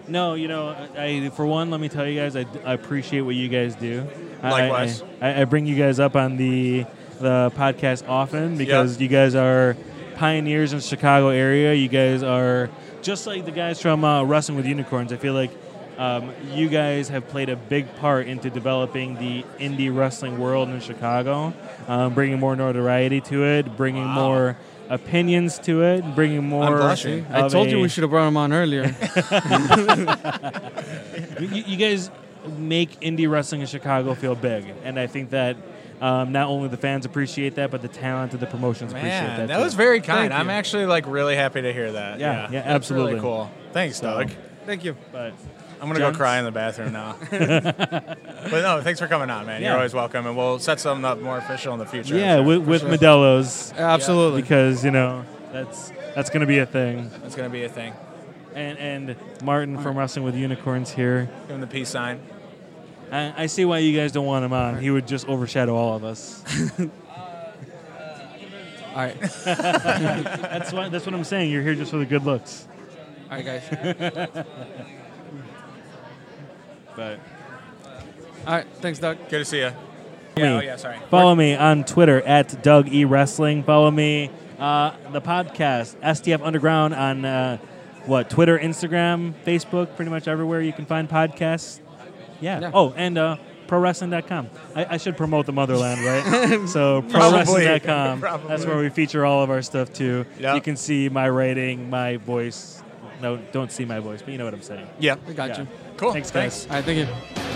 no, you know, I for one, let me tell you guys, I, I appreciate what you guys do. I-
Likewise.
I, I, I bring you guys up on the the podcast often because you guys are pioneers in Chicago area. You guys are just like the guys from uh, Wrestling with Unicorns. I feel like. Um, you guys have played a big part into developing the indie wrestling world in Chicago, um, bringing more notoriety to it, bringing more opinions to it, bringing more.
blushing. I
of
told you
a-
we should have brought him on earlier.
you, you- you guys make indie wrestling in Chicago feel big, and I think that um, not only the fans appreciate that, but the talent of the promotions appreciate
Man,
that.
that,
too.
was very kind. I'm actually like really happy to hear that.
Yeah, yeah,
That's
absolutely.
Really cool. Thanks,
So-
Doug.
Thank you.
But
I'm gonna
Jones?
go cry in the bathroom now. but no, thanks for coming on, man.
Yeah.
You're always welcome, and we'll set something up more official in the future. I'm
yeah,
sure.
with,
For
with
sure.
Modelo's,
Yeah. Absolutely.
because you know that's that's going to be a thing.
That's gonna be a thing.
And and Martin from Wrestling with Unicorns here.
Give him the peace sign.
I, I see why you guys don't want him on. He would just overshadow all of us.
all right.
that's why. That's what I'm saying. You're here just for the good looks.
All right, guys.
but
All right. Thanks, Doug.
Good to see you.
me.
oh,
Follow me on Twitter at Doug E Wrestling. Follow me uh, the podcast STF Underground on uh, what Twitter, Instagram, Facebook, pretty much everywhere you can find podcasts. Yeah.
Yeah.
Oh, and uh, ProWrestling.com. I, I should promote the motherland, right? so
Probably.
ProWrestling.com. That's
Probably.
where we feature all of our stuff too.
Yeah.
You can see my writing, my voice. No, don't see my voice, but you know what I'm saying.
Yeah.
Yeah.
Cool.
Thanks, guys.
All right. Thank you.